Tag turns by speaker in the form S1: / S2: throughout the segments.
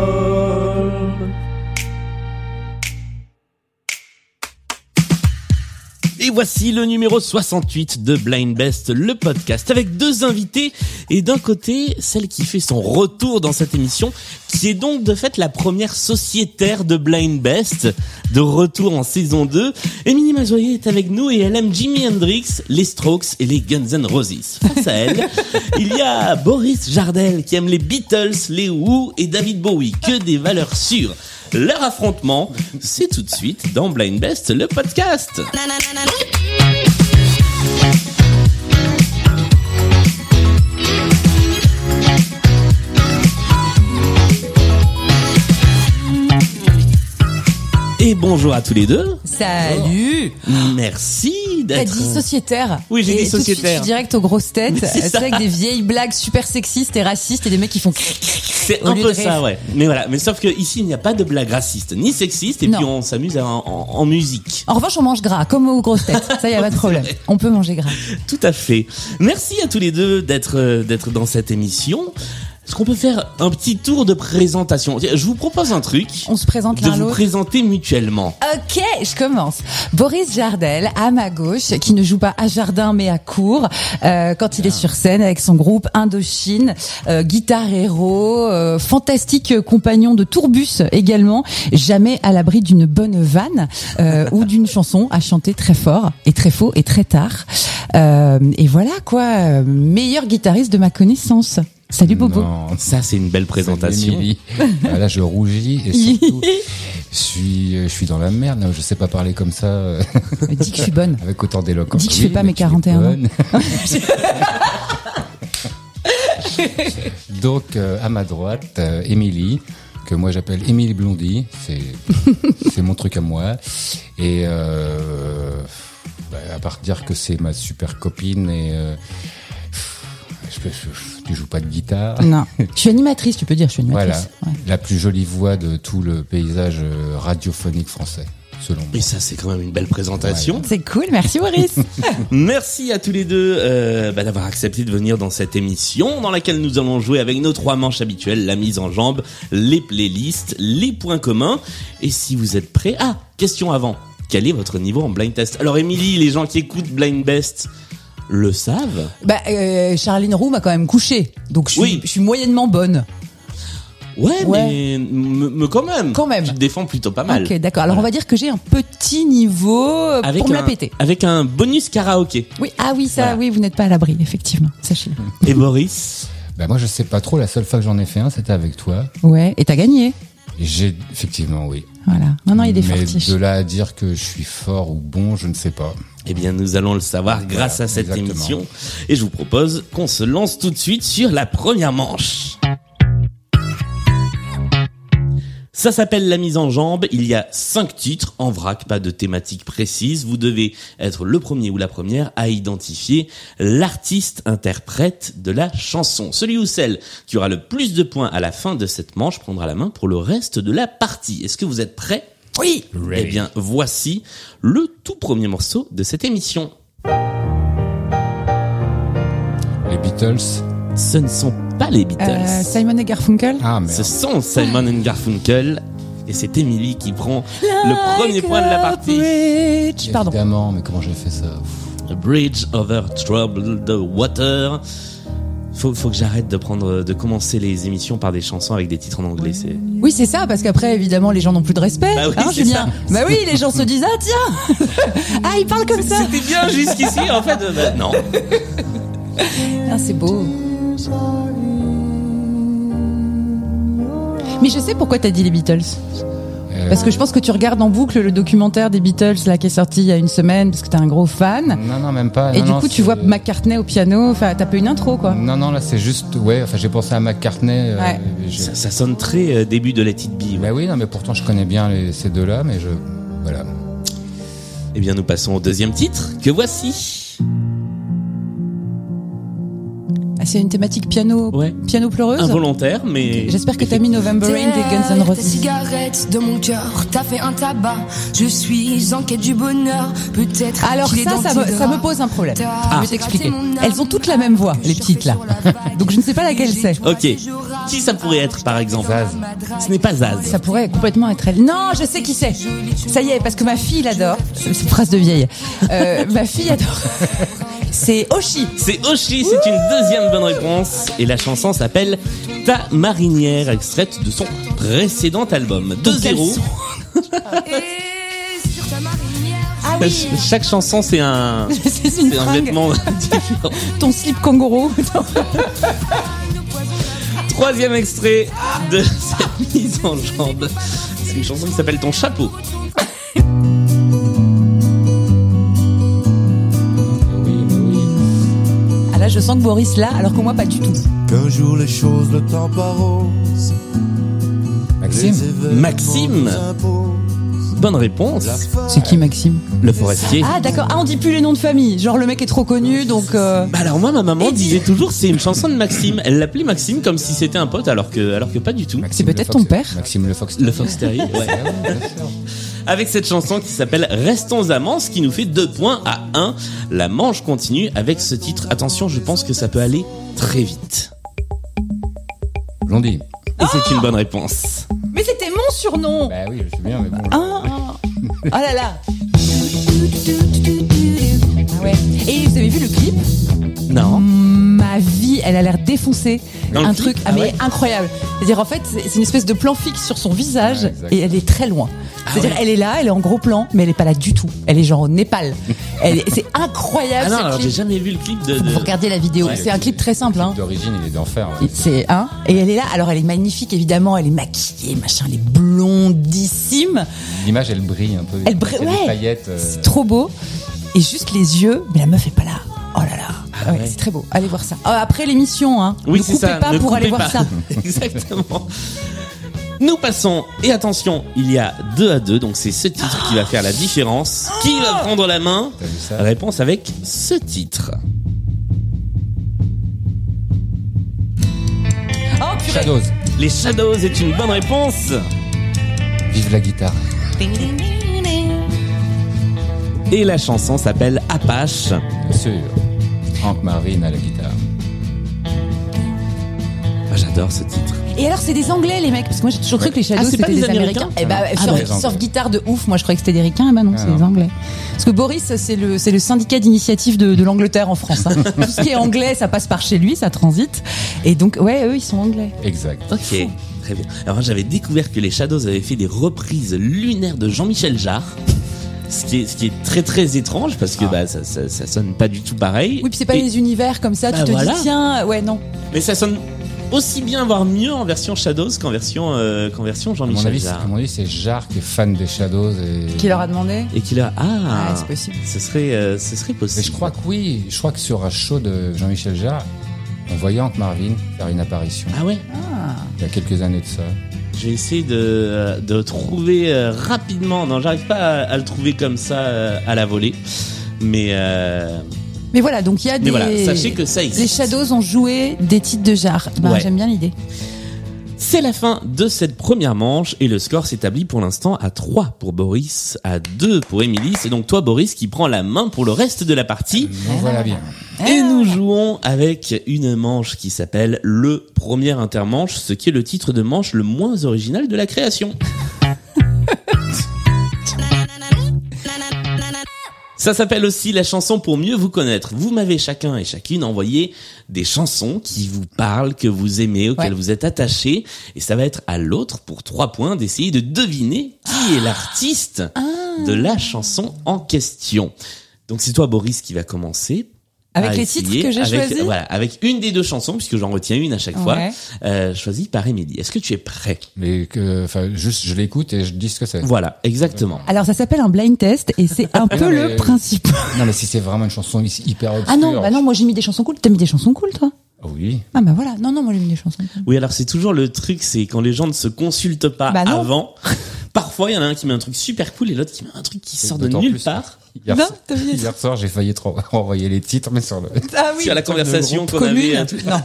S1: d'homme. Et voici le numéro 68 de Blind Best, le podcast, avec deux invités, et d'un côté, celle qui fait son retour dans cette émission, qui est donc de fait la première sociétaire de Blind Best, de retour en saison 2. Émilie Mazoyer est avec nous et elle aime Jimi Hendrix, les Strokes et les Guns N' Roses. Face à elle, il y a Boris Jardel qui aime les Beatles, les Who et David Bowie, que des valeurs sûres. Leur affrontement, c'est tout de suite dans Blind Best, le podcast. Et bonjour à tous les deux.
S2: Salut
S1: Merci
S2: T'as
S1: d'être. euh,
S2: dit sociétaire
S1: Oui, j'ai
S2: Et
S1: dit
S2: tout de suite,
S1: sociétaire.
S2: je suis direct aux grosses têtes,
S1: Mais c'est
S2: c'est
S1: ça.
S2: avec des vieilles blagues super sexistes et racistes et des mecs qui font...
S1: C'est
S2: au
S1: un
S2: lieu
S1: peu
S2: de
S1: ça,
S2: rire.
S1: ouais. Mais voilà, mais sauf que ici il n'y a pas de blague raciste ni sexiste et
S2: Non.
S1: puis on s'amuse à- en, en- en musique.
S2: En revanche, on mange gras, comme aux grosses têtes. Ça, y a pas de problème. On peut manger gras.
S1: Tout à fait. Merci à tous les deux d'être euh, d'être dans cette émission. Est-ce qu'on peut faire un petit tour de présentation Tiens, Je vous propose un truc
S2: On se présente
S1: de
S2: l'un
S1: vous
S2: l'autre.
S1: présenter mutuellement.
S2: Ok, je commence. Boris Jardel, à ma gauche, qui ne joue pas à Jardin mais à Cour, euh, quand
S3: Ah.
S2: il est sur scène avec son groupe Indochine, euh, guitare héros, euh, fantastique compagnon de tourbus également, jamais à l'abri d'une bonne vanne euh, ou d'une chanson à chanter très fort et très faux et très tard. Euh, et voilà quoi, euh, meilleur guitariste de ma connaissance. Salut Bobo.
S3: Non,
S1: Ça c'est une belle présentation.
S3: Émilie. Ah, Là, je rougis et surtout, je suis, euh, je suis dans la merde. là, Je sais pas parler comme ça, euh,
S2: Dis que je suis bonne.
S3: avec autant d'éloquence.
S2: Dis que je fais pas
S3: mais
S2: mes
S3: tu es
S2: 41 ans.
S3: bonne. Donc, euh, à ma droite, euh, Émilie, que moi j'appelle Émilie Blondie. C'est, c'est mon truc à moi. Et euh, bah, à part dire que c'est ma super copine et euh, je, peux- je- tu joues pas de guitare.
S2: Non, je suis animatrice, tu peux dire, je suis
S3: Voilà,
S2: animatrice. Ouais.
S3: la plus jolie voix de tout le paysage euh, radiophonique français, selon moi.
S1: Mais ça c'est quand même une belle présentation.
S2: C'est cool, merci Boris.
S1: Merci à tous les deux euh, bah, d'avoir accepté de venir dans cette émission dans laquelle nous allons jouer avec nos trois manches habituelles, la mise en jambe, les playlists, les points communs. Et si vous êtes prêts... Ah, question avant. Quel est votre niveau en blind test Alors Émilie, les gens qui écoutent Blind Best le savent.
S2: bah, euh, Charline Roux m'a quand même couché, donc je suis,
S1: Oui.
S2: je suis moyennement bonne.
S1: Ouais,
S2: Ouais.
S1: mais me, me- quand même.
S2: Quand même.
S1: Tu te défends plutôt pas mal.
S2: Ok, d'accord. Alors
S1: Voilà.
S2: on va dire que j'ai un petit niveau euh,
S1: Avec
S2: pour me
S1: un,
S2: la péter.
S1: Avec un bonus karaoké.
S2: Oui, ah oui, ça,
S1: Voilà. Hum.
S2: oui, vous n'êtes pas à l'abri, effectivement, sachez-le.
S1: Et Boris
S3: Bah, moi, je sais pas trop. La seule fois que j'en ai fait un, c'était avec toi.
S2: Ouais, et t'as gagné.
S3: Et J'ai effectivement, oui.
S2: Voilà. Ah Non, non, il est
S3: Mais
S2: fortiche.
S3: de là à dire que je suis fort ou bon, je ne sais pas.
S1: Eh bien, nous allons le savoir grâce à cette
S3: exactement.
S1: émission. Et je vous propose qu'on se lance tout de suite sur la première manche. Ça s'appelle la mise en jambe. Il y a cinq titres en vrac, pas de thématique précise. Vous devez être le premier ou la première à identifier l'artiste interprète de la chanson. Celui ou celle qui aura le plus de points à la fin de cette manche prendra la main pour le reste de la partie. Est-ce que vous êtes prêts
S2: Oui.
S1: eh bien, voici le tout premier morceau de cette émission.
S3: Les Beatles.
S1: Ce ne sont pas les Beatles.
S2: Euh, Simon et Garfunkel.
S3: Ah, mais
S1: Ce sont Simon and Garfunkel. Et c'est Emily qui prend le premier point de la partie.
S2: partie. Pardon.
S3: évidemment, mais comment j'ai fait ça Pff,
S1: A bridge over troubled water. Faut, faut que j'arrête de prendre, de commencer les émissions par des chansons avec des titres en anglais. C'est
S2: Oui, c'est ça, parce qu'après, évidemment, les gens n'ont plus de respect.
S1: Bah oui,
S2: hein,
S1: c'est
S2: Julien. Bah oui, les gens se disent, ah tiens, ah il parle comme ça.
S1: C'était bien jusqu'ici, en fait. euh, bah, non.
S2: Ah, c'est beau. Mais je sais pourquoi t'as dit les Beatles.
S3: euh,
S2: Parce que je pense que tu regardes en boucle le documentaire des Beatles là qui est sorti il y a une semaine parce que t'es un gros fan.
S3: Non, non, même pas.
S2: Et
S3: Non,
S2: du
S3: Ah non,
S2: coup, tu
S3: c'est-
S2: vois McCartney au piano. Enfin, t'as pas une intro quoi.
S3: Non, non, là, c'est juste. Ouais, enfin, j'ai pensé à McCartney. euh,
S2: Ouais.
S3: j'ai-
S1: Ça, ça sonne très euh, début de Let It Be. ouais.
S3: Bah oui, non, mais pourtant, je connais bien les- ces deux-là, mais je. Voilà.
S1: Eh bien, nous passons au deuxième titre que voici.
S2: Ah, c'est une thématique piano,
S1: Ouais.
S2: piano pleureuse.
S1: Involontaire, mais.
S2: J'espère que t'as mis November Rain des Guns N'
S4: Tes
S2: Roses.
S4: cigarettes de mon cœur, t'as fait un tabac. Je suis en quête du bonheur, peut-être.
S2: Alors
S4: qu'il est
S2: ça,
S4: dans
S2: ça
S4: tes
S2: me, ça
S4: draps.
S2: me pose un problème.
S4: Ah.
S2: Je vais t'expliquer. Elles ont toutes la même voix, les petites là. Donc je ne sais pas laquelle c'est.
S1: Ok. Qui ça pourrait être, par exemple
S3: Zaz.
S1: Ce n'est pas Zaz.
S2: Ça pourrait complètement être elle. Non, je sais qui c'est. Ça y est, parce que ma fille l'adore. C'est une phrase de vieille. Euh, ma fille adore. C'est Oshi.
S1: C'est Oshi, c'est une deuxième bonne réponse. Et la chanson s'appelle Ta marinière, extraite de son précédent album. 2-0.
S4: Et sur ta marinière,
S2: Ah oui.
S1: Ch- Chaque chanson, c'est un,
S2: C'est une
S1: c'est un
S2: fringue.
S1: vêtement différent.
S2: Ton slip kangourou.
S1: Troisième extrait de cette mise en jambe. C'est une chanson qui s'appelle Ton chapeau.
S3: Oui, mais oui.
S2: Ah là, je sens que Boris là, alors que moi pas du tout.
S5: Qu'un jour les choses, le temps parose.
S3: Maxime
S1: Maxime. Bonne réponse.
S2: C'est qui Maxime
S1: Le forestier.
S2: Ah d'accord. Ah on dit plus les noms de famille. Genre le mec est trop connu, donc. euh,
S1: Bah alors moi ma maman
S2: Et dis-
S1: disait toujours c'est une chanson de Maxime. Elle l'appelait Maxime comme si c'était un pote alors que alors que pas du tout.
S3: Maxime
S2: C'est
S3: Le
S2: peut-être
S3: Fox-
S2: ton père.
S3: Maxime Le Fox.
S1: Le Fox Terry, ouais.
S3: Ah oui, bien sûr.
S1: Avec cette chanson qui s'appelle Restons amants, ce qui nous fait deux points à 1. La manche continue avec ce titre. Attention, je pense que ça peut aller très vite.
S3: Blondie.
S1: Et c'est une bonne réponse.
S2: Mais c'était mon surnom.
S3: Bah oui, je sais bien, mais bon.
S2: Ah, ah, ah. Ah là là. Ah ouais. Et vous avez vu le clip
S1: Non.
S2: Ma vie, elle a l'air défoncée.
S1: Dans le
S2: un
S1: clip
S2: truc ah,
S1: Ah
S2: mais
S1: ouais
S2: incroyable. C'est-à-dire en fait, c'est c'est une espèce de plan fixe sur son
S1: Ah,
S2: visage
S3: Ouais, exact.
S2: et elle est très loin. C'est-à-dire elle est là, elle est en gros plan, mais elle est pas là du tout. Elle est genre au Népal. Elle est- C'est incroyable.
S1: Ah non,
S2: ce
S1: alors
S2: clip.
S1: j'ai jamais vu le clip de.
S2: Vous
S1: de-
S2: regardez la vidéo.
S1: Ouais,
S2: c'est un clip très simple. Hein.
S3: D'origine, il est d'enfer. ouais.
S2: C'est un. Et elle est là. Alors elle est magnifique évidemment. Elle est maquillée, machin. Elle est blondissime.
S3: L'image, elle brille un peu.
S2: Elle brille-
S3: Il y a des
S2: ouais.
S3: paillettes. euh,
S2: C'est trop beau. Et juste les yeux, mais la meuf est pas là. Oh là là. Ouais, C'est très beau. Allez voir ça. Ah, après l'émission, hein.
S1: Ah Oui,
S2: ne
S1: c'est
S2: coupez
S1: ça.
S2: pas
S1: ne
S2: pour
S1: coupez
S2: aller
S1: pas.
S2: voir ça.
S1: Exactement. Nous passons, et attention, il y a 2 à 2, donc c'est ce titre qui va faire la différence. Qui
S2: Ah
S1: va prendre la main
S3: T'as vu ça
S1: Réponse avec ce titre.
S2: Oh purée.
S3: Shadows.
S1: Les Shadows est une bonne réponse.
S3: Vive la guitare.
S1: Et la chanson s'appelle Apache.
S3: Bien sûr. Hank Marvin à la guitare.
S1: Ah, J'adore ce titre.
S2: Et alors c'est des Anglais les mecs, parce que moi j'ai toujours cru que les Shadows
S1: Ah, c'est pas
S2: c'était
S1: des
S2: des,
S1: Américains
S2: Américains. Eh ben,
S3: Ah,
S2: surf,
S3: des Anglais.
S2: surf guitare de ouf. Moi je croyais que c'était des Ricains, eh ben non,
S3: Ah,
S2: c'est
S3: non.
S2: des Anglais. Parce que Boris, c'est le, c'est le syndicat d'initiative de, de l'Angleterre en France. hein. Tout ce qui est anglais, ça passe par chez lui, ça transite. Et donc, ouais, eux, ils sont anglais.
S3: Exact.
S1: Ok, très bien. Alors j'avais découvert que les Shadows avaient fait des reprises lunaires de Jean-Michel Jarre. Ce qui, est, ce qui est très très étrange parce que bah, ça, ça, ça sonne pas du tout pareil.
S2: Ah. Oui, puis c'est pas
S1: Et-
S2: les univers comme ça,
S1: Bah,
S2: tu te
S1: voilà.
S2: dis, tiens, ouais, non.
S1: Mais ça sonne aussi bien, voire mieux en version Shadows qu'en version, euh, qu'en version
S3: À mon
S1: Jean-Michel
S3: avis, c'est-
S1: Jarre.
S3: à mon avis, c'est Jarre qui est fan des Shadows. Et...
S2: Qui leur a demandé
S1: Et qu'il a ah,
S2: Ouais, c'est possible.
S1: ce serait euh, ce serait possible.
S3: Mais je crois que oui, je crois que sur un show de Jean-Michel Jarre, on voyait Hank Marvin faire une apparition
S1: Ah ouais,
S3: il y a quelques années de ça.
S1: je vais essayer de, de trouver euh, rapidement. Non, j'arrive pas à, à le trouver comme ça euh, à la volée. Mais euh,
S2: Mais voilà, donc il y a
S1: mais
S2: des.
S1: voilà, sachez que ça existe.
S2: Les Shadows ont joué des titres de Jarre. Ben,
S1: Ouais.
S2: J'aime bien l'idée.
S1: C'est la fin de cette première manche et le score s'établit pour l'instant à 3 pour Boris, à 2 pour Émilie. C'est donc toi Boris qui prends la main pour le reste de la partie.
S3: Donc
S2: Ah.
S3: voilà bien.
S2: Euh.
S1: Et nous jouons avec une manche qui s'appelle le premier intermanche, ce qui est le titre de manche le moins original de la création. Ça s'appelle aussi la chanson pour mieux vous connaître. Vous m'avez chacun et chacune envoyé des chansons qui vous parlent, que vous aimez, auxquelles
S2: Ouais.
S1: vous êtes attaché. Et ça va être à l'autre pour trois points d'essayer de deviner qui est
S2: Ah.
S1: l'artiste de la chanson en question. Donc c'est toi Boris qui va commencer.
S2: Avec
S1: à
S2: les titres
S1: essayer,
S2: que j'ai
S1: avec-
S2: choisis
S1: Voilà, avec une des deux chansons, puisque j'en retiens une à chaque fois,
S2: Ouais.
S1: euh, choisie par Émilie. Est-ce que tu es prêt
S3: Mais que, enfin, juste, je l'écoute et je dis ce que c'est.
S1: Voilà, exactement.
S2: Alors ça s'appelle un blind test et c'est un peu
S3: Non,
S2: le
S3: mais-
S2: principe.
S3: Non, mais si c'est vraiment une chanson hyper obscure.
S2: Ah non, bah non, moi j'ai mis des chansons cool. T'as mis des chansons cool, toi
S3: Oui.
S2: Ah bah voilà, non, non, moi j'ai mis des chansons cool.
S1: Oui, alors c'est toujours le truc, c'est quand les gens ne se consultent pas
S2: Bah non.
S1: avant, Parfois, il y en a un qui met un truc super cool et l'autre qui met un truc qui sort de
S3: d'autant
S1: nulle
S3: plus-
S1: part.
S3: Hier,
S2: Non,
S3: so-
S2: t'as oublié
S3: hier soir, j'ai failli trop renvoyer les titres, mais sur le.
S2: Ah
S1: Sur la conversation qu'on avait.
S2: commune.
S1: hein, tout-
S2: Non.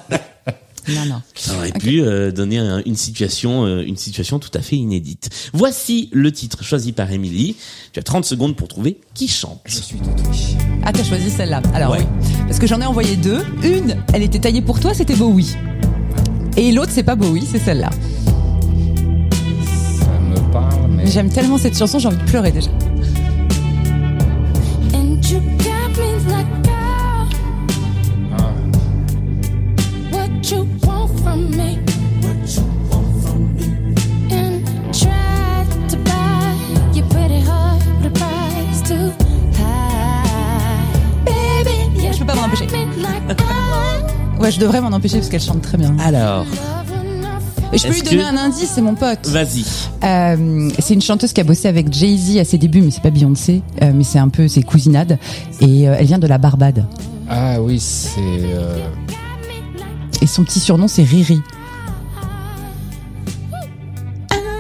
S2: Non, non.
S1: On aurait pu euh, donner un- une situation, euh, une situation tout à fait inédite. Voici le titre choisi par Émilie. Tu as 30 secondes pour trouver qui chante.
S2: Ah, t'as choisi celle-là. Alors
S1: Ouais.
S2: oui. Parce que j'en ai envoyé deux. Une, elle était taillée pour toi, c'était Bowie. Et l'autre, c'est pas Bowie, c'est celle-là.
S3: Ça me parle, mais.
S2: J'aime tellement cette chanson, j'ai envie de pleurer déjà.
S4: And you got me like oh, out
S3: Ah,
S4: what you want from me. And tried to buy your pretty heart, but the price too high. Baby, you
S2: Je peux pas m'en
S4: got
S2: empêcher.
S4: me like oh. out.
S2: Ouais, je devrais m'en empêcher parce qu'elle chante très bien.
S1: Alors,
S4: Love when I
S2: Et je peux
S1: Est-ce
S2: lui donner
S1: que-
S2: un indice, c'est mon pote.
S1: vas-y.
S2: Euh, c'est une chanteuse qui a bossé avec Jay-Z à ses débuts, mais c'est pas Beyoncé, euh, mais c'est un peu ses cousinades. Et euh, elle vient de la Barbade.
S3: Ah oui, c'est. euh,
S2: Et son petit surnom, c'est Riri.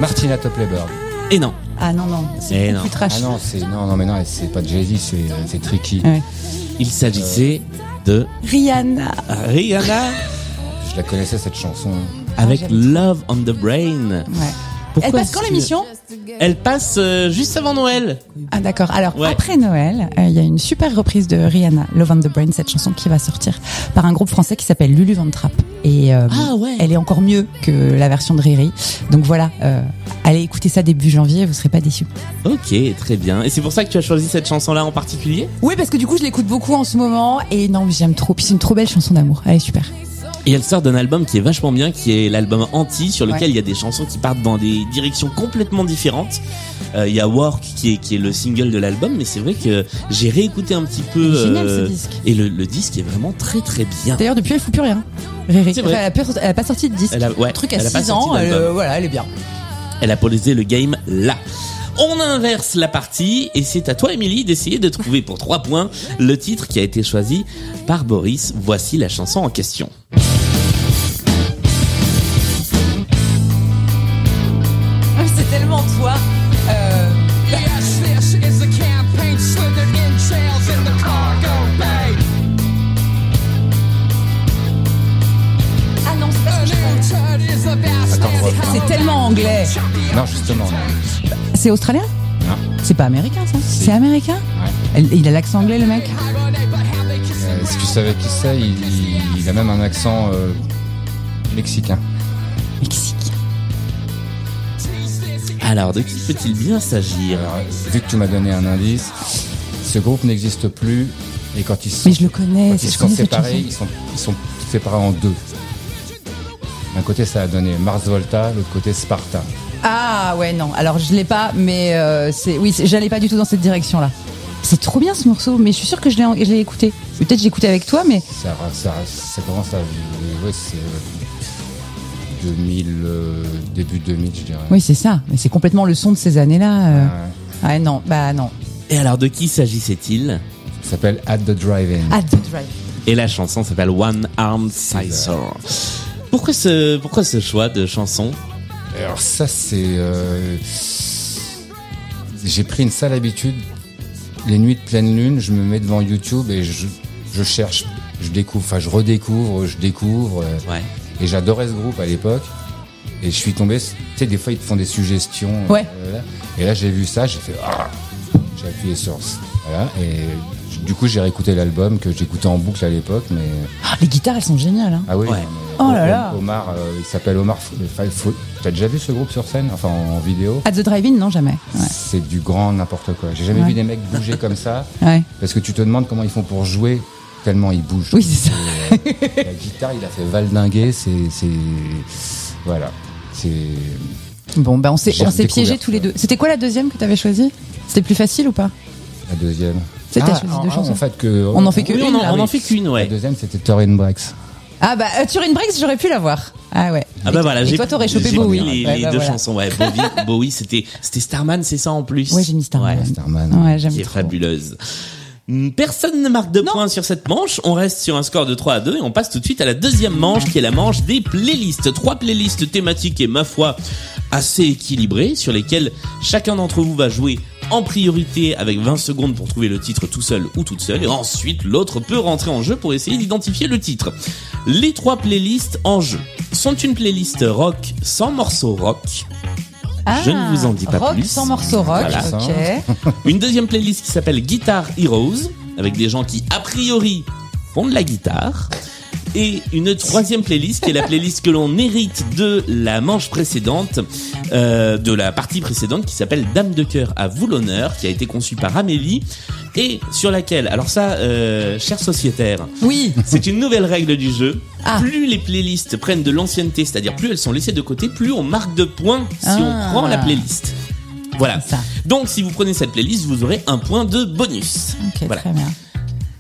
S3: Martina Topleyberg.
S1: Et non.
S2: Ah non, non,
S1: Eh
S2: c'est
S1: non.
S2: beaucoup plus trash.
S3: Ah non, c'est. Non, non, mais non, c'est pas Jay-Z, c'est- c'est Tricky.
S2: Ouais.
S1: Il s'agissait de
S2: Rihanna.
S1: Rihanna
S3: Je la connaissais, cette chanson.
S1: avec
S2: Ah, j'aime
S1: Love on the Brain.
S2: Ouais.
S1: Pourquoi
S2: Elle passe
S1: est-ce
S2: quand
S1: que-
S2: l'émission
S1: Elle passe euh, juste avant Noël.
S2: Ah d'accord. Alors
S1: Ouais.
S2: après Noël, euh, il y a une super reprise de Rihanna, Love on the Brain, cette chanson qui va sortir par un groupe français qui s'appelle Lulu Van Trapp. Et euh,
S1: Ah ouais.
S2: elle est encore mieux que la version de Riri. Donc voilà, euh, allez écouter ça début janvier, vous serez pas déçus.
S1: Ok, très bien. Et c'est pour ça que tu as choisi cette chanson-là en particulier
S2: Oui, parce que du coup, je l'écoute beaucoup en ce moment et non, mais j'aime trop. Puis c'est une trop belle chanson d'amour. Elle est super.
S1: Euh, Et elle sort d'un album qui est vachement bien, qui est l'album Anti, sur lequel
S2: Ouais.
S1: il y a des chansons qui partent dans des directions complètement différentes. Euh, Il y a Work qui est, qui est le single de l'album, mais c'est vrai que j'ai réécouté un petit peu. euh,
S2: Il est génial, ce disque.
S1: Et le, le disque est vraiment très très bien.
S2: D'ailleurs, depuis, elle fout plus rien. Riri.
S1: C'est vrai.
S2: Enfin, elle, a plus- elle a pas sorti de disque.
S1: Elle a- ouais,
S2: Un truc à
S1: elle a pas
S2: 6
S1: sorti
S2: ans. elle,
S1: d'album.
S2: euh, voilà, elle est bien.
S1: Elle a polarisé le game là. On inverse la partie et c'est à toi Émilie d'essayer de trouver pour trois points le titre qui a été choisi par Boris. Voici la chanson en question.
S2: C'est tellement toi. euh.
S6: Yes, this is the campaign slithered in trails in the cargo bay.
S2: Ah non, c'est pas
S6: A new turd is the best
S3: Attends,
S6: man's
S3: on
S6: home.
S2: C'est tellement anglais.
S3: Non, justement, non.
S2: C'est australien
S6: Hein
S3: Non.
S2: C'est pas américain, ça C'est américain Elle- Il a l'accent anglais, le mec
S6: Hibernate, but how they kiss
S3: Euh,
S6: and
S3: si tu savais qui c'est, il, il a même un accent euh, mexicain.
S2: Mexique.
S6: tease this.
S1: Alors de qui peut-il bien s'agir
S3: Alors, euh, vu que tu m'as donné un indice, ce groupe n'existe plus. Et quand ils sont,
S2: Mais je le connais,
S3: quand
S2: Eh, c'est
S3: ils sont
S2: connu, cette
S3: séparés,
S2: chanson.
S3: ils sont, ils sont séparés en deux. D'un côté, ça a donné Mars Volta, l'autre côté, Sparta.
S2: Ah ouais, non. Alors, je l'ai pas, mais euh, c'est oui, c'est- j'allais pas du tout dans cette direction-là. C'est trop bien ce morceau, mais je suis sûre que je l'ai en- je l'ai écouté. Peut-être j'ai écouté avec toi, mais
S3: Ça, ça, ça commence à. Ouais, c'est. euh, 2000, euh, début 2000, je dirais.
S2: oui, c'est ça. Mais c'est complètement le son de ces années-là. euh.
S3: Ouais.
S2: Ah ouais, non, bah non.
S1: Et alors de qui s'agissait-il
S3: Ça s'appelle At the Drive-In.
S2: Ah, The Drive.
S1: Et la chanson s'appelle One Armed Scissor. Pourquoi ce, pourquoi ce choix de chanson
S3: Alors ça c'est... euh, J'ai pris une sale habitude. Les nuits de pleine lune, je me mets devant YouTube et je, je cherche, je découvre, enfin je redécouvre, je découvre. euh,
S1: Ouais.
S3: Et j'adorais ce groupe à l'époque. Et je suis tombé, tu sais, des fois ils te font des suggestions.
S2: Ouais.
S3: euh, et là j'ai vu ça, j'ai fait... Ah j'ai appuyé sur... Voilà. Et j- du coup j'ai réécouté l'album que j'écoutais en boucle à l'époque. Mais...
S2: Ah, les guitares, elles sont géniales. Hein.
S3: Ah oui.
S1: Ouais.
S3: non, mais-
S2: Oh là là.
S3: Omar, euh, il s'appelle Omar. F- F- F- T'as déjà vu ce groupe sur scène, enfin en, en vidéo
S2: At The Drive-In, non, jamais. Ouais.
S3: C'est du grand n'importe quoi. J'ai jamais
S2: Ouais.
S3: vu des mecs bouger comme ça.
S2: Ouais.
S3: Parce que tu te demandes comment ils font pour jouer tellement ils bougent.
S2: Oui, c'est ça.
S3: Et, euh, la guitare, il a fait valdinguer. C'est, c'est voilà. C'est
S2: Bon, bah on s'est
S3: J'ai
S2: on s'est
S3: redécouvert
S2: piégés tous les
S3: ça.
S2: deux. C'était quoi la deuxième que t'avais choisie C'était plus facile ou pas
S3: la deuxième.
S2: C'est t'as
S3: ah,
S2: choisi
S3: ah,
S2: deux
S3: ah,
S2: chansons.
S3: En fait, que
S2: On en fait que
S1: Oui, on
S2: une,
S1: en,
S2: là,
S1: on en
S2: oui.
S1: fait qu'une,
S3: La
S1: ouais.
S3: deuxième, c'était Torin Brax.
S2: Ah bah euh, Turin Breaks, j'aurais pu l'avoir. Ah ouais.
S1: Ah bah voilà,
S2: et
S1: j'ai
S2: toi t'aurais chopé
S1: j'ai mis
S2: Bowie.
S1: Les,
S2: Ouais,
S1: les
S2: bah
S1: deux
S2: voilà.
S1: chansons, ouais. Bowie, Bowie, c'était c'était Starman, c'est ça en plus.
S2: Ouais, j'ai mis Starman.
S1: Ouais,
S3: Starman.
S2: Ouais, j'aime
S1: qui est
S2: trop.
S1: fabuleuse. Hmm, Personne ne marque de points sur cette manche. On reste sur un score de 3 à 2 et on passe tout de suite à la deuxième manche qui est la manche des playlists. Trois playlists thématiques et ma foi assez équilibrés sur lesquels chacun d'entre vous va jouer en priorité avec 20 secondes pour trouver le titre tout seul ou toute seule et ensuite l'autre peut rentrer en jeu pour essayer d'identifier le titre. Les trois playlists en jeu sont une playlist rock sans morceau rock, Je ne vous en dis pas
S2: Ah, rock
S1: plus.
S2: sans morceau rock,
S3: Voilà.
S2: ok.
S1: une deuxième playlist qui s'appelle Guitar Heroes avec des gens qui a priori font de la guitare et une troisième playlist qui est la playlist que l'on hérite de la manche précédente, euh, de la partie précédente qui s'appelle Dame de cœur à vous l'honneur, qui a été conçue par Amélie et sur laquelle, alors ça, euh, cher sociétaire,
S2: Oui,
S1: c'est une nouvelle règle du jeu.
S2: Ah.
S1: Plus les playlists prennent de l'ancienneté, c'est-à-dire plus elles sont laissées de côté, plus on marque de points si
S2: Ah.
S1: on prend la playlist. Voilà.
S2: C'est ça.
S1: Donc si vous prenez cette playlist, vous aurez un point de bonus.
S2: ok,
S1: voilà.
S2: très bien.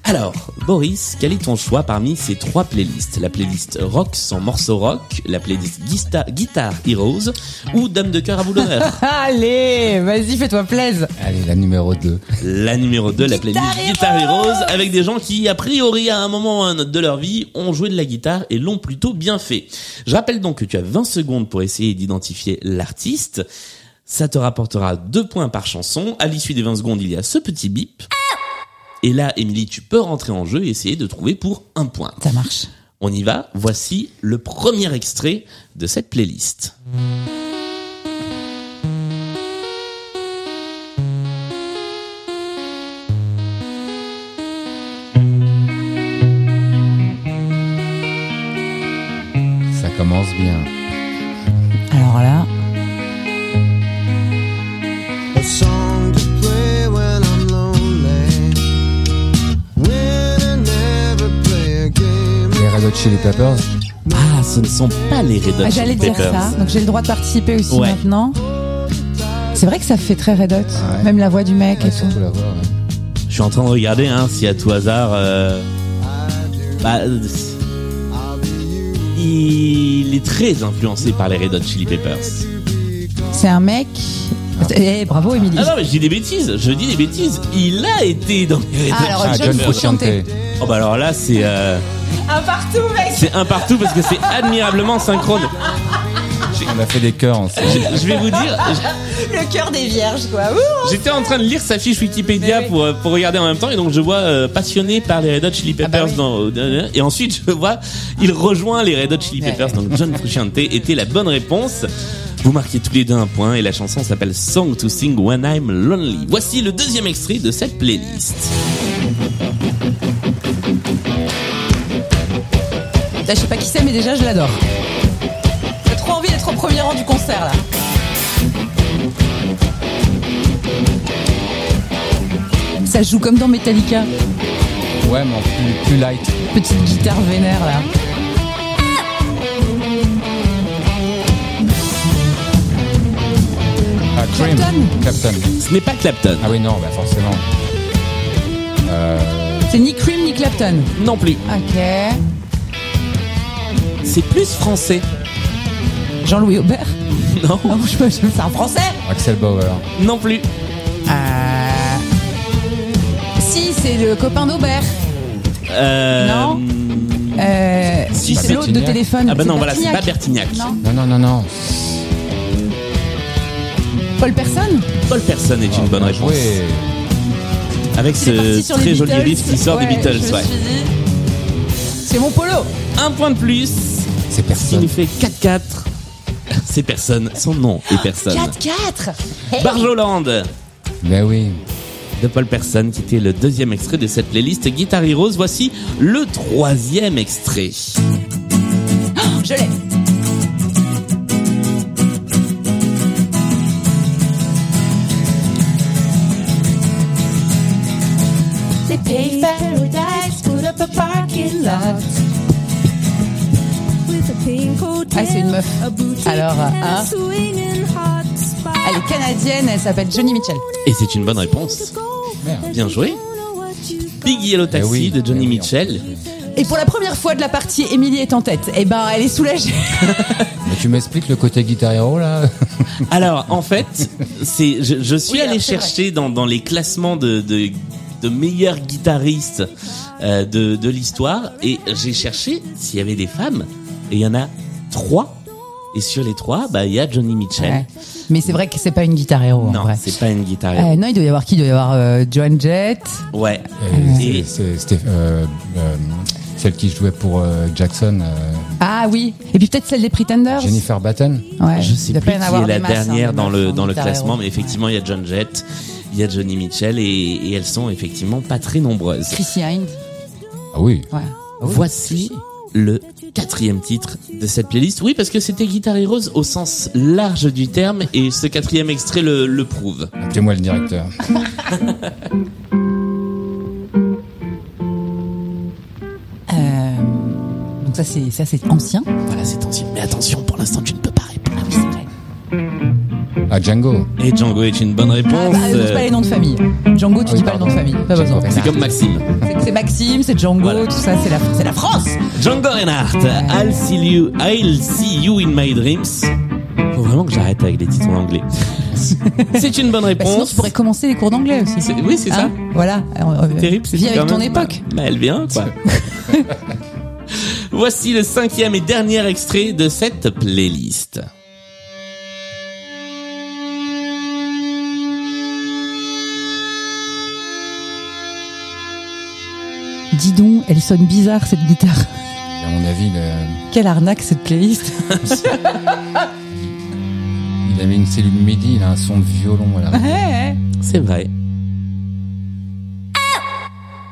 S1: Alors, Boris, quel est ton choix parmi ces trois playlists La playlist rock sans morceau rock, la playlist Guista- Guitar Heroes ou Dame de cœur à vous l'honneur
S2: Allez, vas-y, fais-toi plaisir.
S3: Allez, la numéro 2.
S1: La numéro 2, la playlist Guitar Heroes, avec des gens qui, a priori, à un moment ou à un autre de leur vie, ont joué de la guitare et l'ont plutôt bien fait. Je rappelle donc que tu as 20 secondes pour essayer d'identifier l'artiste. Ça te rapportera deux points par chanson. À l'issue des 20 secondes, il y a ce petit bip. Et là, Émilie, tu peux rentrer en jeu et essayer de trouver pour un point.
S2: Ça marche.
S1: On y va. Voici le premier extrait de cette playlist.
S3: Ça commence bien.
S2: Alors là,
S5: A song to play when I'm lonely. When I never play a game.
S3: Les Red Hot Chili Peppers,
S1: Ah, ce ne sont pas les Red Hot
S2: ah, j'allais
S1: Chili
S2: dire
S1: Peppers.
S2: ça. Donc j'ai le droit de participer aussi
S1: Ouais.
S2: maintenant. C'est vrai que ça fait très Red Hot,
S3: Ouais.
S2: même la voix du mec et tout.
S3: faut hein. l'avoir. ouais.
S1: Je suis en train de regarder hein, si à tout hasard. euh, bah, euh, il est très influencé par les Red Hot Chili Peppers.
S2: C'est un mec. Eh, bravo, Émilie.
S1: Ah non, mais je dis des bêtises, je dis des bêtises. Il a été dans les Red Hot
S2: Alors,
S1: Chili
S2: Oh, John
S3: Ah, John
S1: Peppers.
S3: Frusciante.
S2: Frusciante.
S1: Oh, bah alors là, c'est euh,
S2: bah, Un partout, mec.
S1: c'est un partout parce que c'est admirablement synchrone.
S3: On a fait des chœurs ensemble.
S1: Je vais vous dire,
S2: Le cœur des vierges, quoi.
S1: J'étais en train de lire sa fiche Wikipédia
S2: Mais oui.
S1: pour, euh, pour regarder en même temps et donc je vois euh, passionné par les Red Hot Chili Peppers
S2: Ah bah oui.
S1: dans, euh, et ensuite je vois il rejoint les Red Hot Chili
S2: Ouais.
S1: Peppers donc John Frusciante était la bonne réponse. Vous marquez tous les deux un point et la chanson s'appelle Song to Sing When I'm Lonely. Voici le deuxième extrait de cette playlist.
S2: Là, je sais pas qui c'est, mais déjà, je l'adore. J'ai trop envie d'être au premier rang du concert, là. Ça joue comme dans Metallica,
S3: Ouais, mais en plus, plus light.
S2: petite guitare vénère, là.
S3: Ah, Cream.
S2: Clapton.
S3: Clapton.
S1: Ce n'est pas Clapton.
S3: Ah oui, non, bah forcément.
S2: C'est ni Cream ni Clapton.
S1: Non plus.
S2: Ok.
S1: C'est plus français.
S2: Jean-Louis Aubert
S1: Non.
S2: Non, je sais pas, je- c'est un français
S3: Axel Bauer.
S1: Non plus.
S2: Euh, Si, c'est le copain d'Aubert.
S1: Euh,
S2: Non. Euh,
S1: Si,
S2: c'est
S1: c'est
S2: l'autre de
S3: Bertignac.
S2: téléphone.
S1: Ah bah
S2: C'est
S1: non, voilà, c'est pas Bertignac.
S2: Non.
S3: Non, non, non, non.
S2: Paul Personne
S1: Paul Person est une bonne
S3: Bien
S1: réponse.
S3: joué.
S1: Avec
S2: Il est
S1: ce
S2: parti sur les
S1: très joli
S2: Beatles.
S1: riff qui sort
S2: Ouais,
S1: des Beatles.
S2: je me
S1: ouais.
S2: suis dit, C'est mon polo.
S1: Un point de plus.
S3: C'est
S1: Ce qui nous
S3: personne.
S1: fait 4-4. C'est personne. Son nom est personne.
S2: 4-4. Hey.
S1: Barjolande
S3: Mais oui.
S1: de Paul Person, qui était le deuxième extrait de cette playlist Guitar Heroes. Voici le troisième extrait.
S2: Je l'ai.
S4: They paved paradise, put up a parking lot. With a pink hotel,
S2: Ah, c'est une meuf.
S4: a boutique
S2: Alors,
S4: and a
S2: hein.
S4: swinging hot spot.
S2: Elle est canadienne, elle s'appelle Johnny Mitchell.
S1: Et c'est une bonne réponse.
S3: Merde.
S1: Bien joué. Big Yellow Taxi
S3: Eh oui,
S1: de Johnny
S3: eh oui.
S1: Mitchell.
S2: Et pour la première fois de la partie, Émilie est en tête. Eh ben, elle est soulagée.
S3: Mais tu m'expliques le côté Guitar Hero, là
S1: Alors, en fait, c'est, je, je suis
S2: Oui, alors,
S1: allé
S2: c'est
S1: chercher dans, dans les classements de, de, de meilleurs guitaristes euh, de, de l'histoire et j'ai cherché s'il y avait des femmes et il y en a trois. Et sur les trois, bah, il y a Johnny Mitchell.
S2: Ouais. Mais c'est vrai que c'est pas une guitare héros. en
S1: Non,
S2: vrai.
S1: c'est pas une guitare.
S2: Euh, non, il doit y avoir qui Il doit y avoir euh, Joan Jett.
S1: Ouais.
S3: Et c'est- c'est- c'était, euh, euh, celle qui jouait pour euh, Jackson, euh,
S2: Ah oui. Et puis peut-être celle des Pretenders.
S3: Jennifer Batten.
S2: Ouais.
S1: Je sais
S2: Il doit
S1: plus
S2: pas y en
S1: qui
S2: avoir
S1: est
S2: des
S1: la
S2: masses, hein,
S1: dernière
S2: des
S1: dans
S2: masses
S1: le
S2: en
S1: dans le
S2: guitare hein.
S1: classement,
S2: héros.
S1: mais effectivement il y a John Jett, il y a Johnny Mitchell et, et elles sont effectivement pas très nombreuses.
S2: Chrissy Hind.
S3: Ah oui.
S2: Ouais.
S1: Voici le quatrième titre de cette playlist. Oui, parce que c'était Guitar Heroes au sens large du terme et ce quatrième extrait le, le prouve.
S3: Appelez-moi le directeur.
S2: Euh, donc ça c'est ça c'est ancien.
S1: Voilà, c'est ancien. Mais attention, pour l'instant tu ne peux pas répondre.
S3: Ah, Django.
S1: Et Django est une bonne
S2: Ah,
S1: réponse.
S2: bah, je dis pas les
S1: euh,
S2: noms de famille. Django, tu
S3: Ah oui,
S2: dis pas les noms de
S3: pardon.
S2: famille. Pas besoin.
S1: C'est comme Maxime.
S2: C'est- C'est Maxime, c'est Django,
S1: Voilà.
S2: tout ça, c'est la, c'est la France. Bah,
S1: Django Reinhardt, I'll see you, I'll see you in my dreams. Faut vraiment que j'arrête avec les titres en anglais. C'est une bonne
S2: Bah, sinon,
S1: réponse.
S2: tu pourrais commencer les cours d'anglais aussi.
S1: C'est- oui, c'est ça.
S2: Hein, Voilà.
S1: Terrible, c'est
S2: Viens avec
S1: quand
S2: ton
S1: même-
S2: époque.
S1: Bah, elle vient, quoi. Voici le cinquième et dernier extrait de cette playlist.
S2: Dis donc, elle sonne bizarre cette guitare.
S3: À mon avis, il a,
S2: Quelle arnaque cette playlist.
S3: il a mis une cellule midi, il a un son de violon à la
S1: C'est vrai.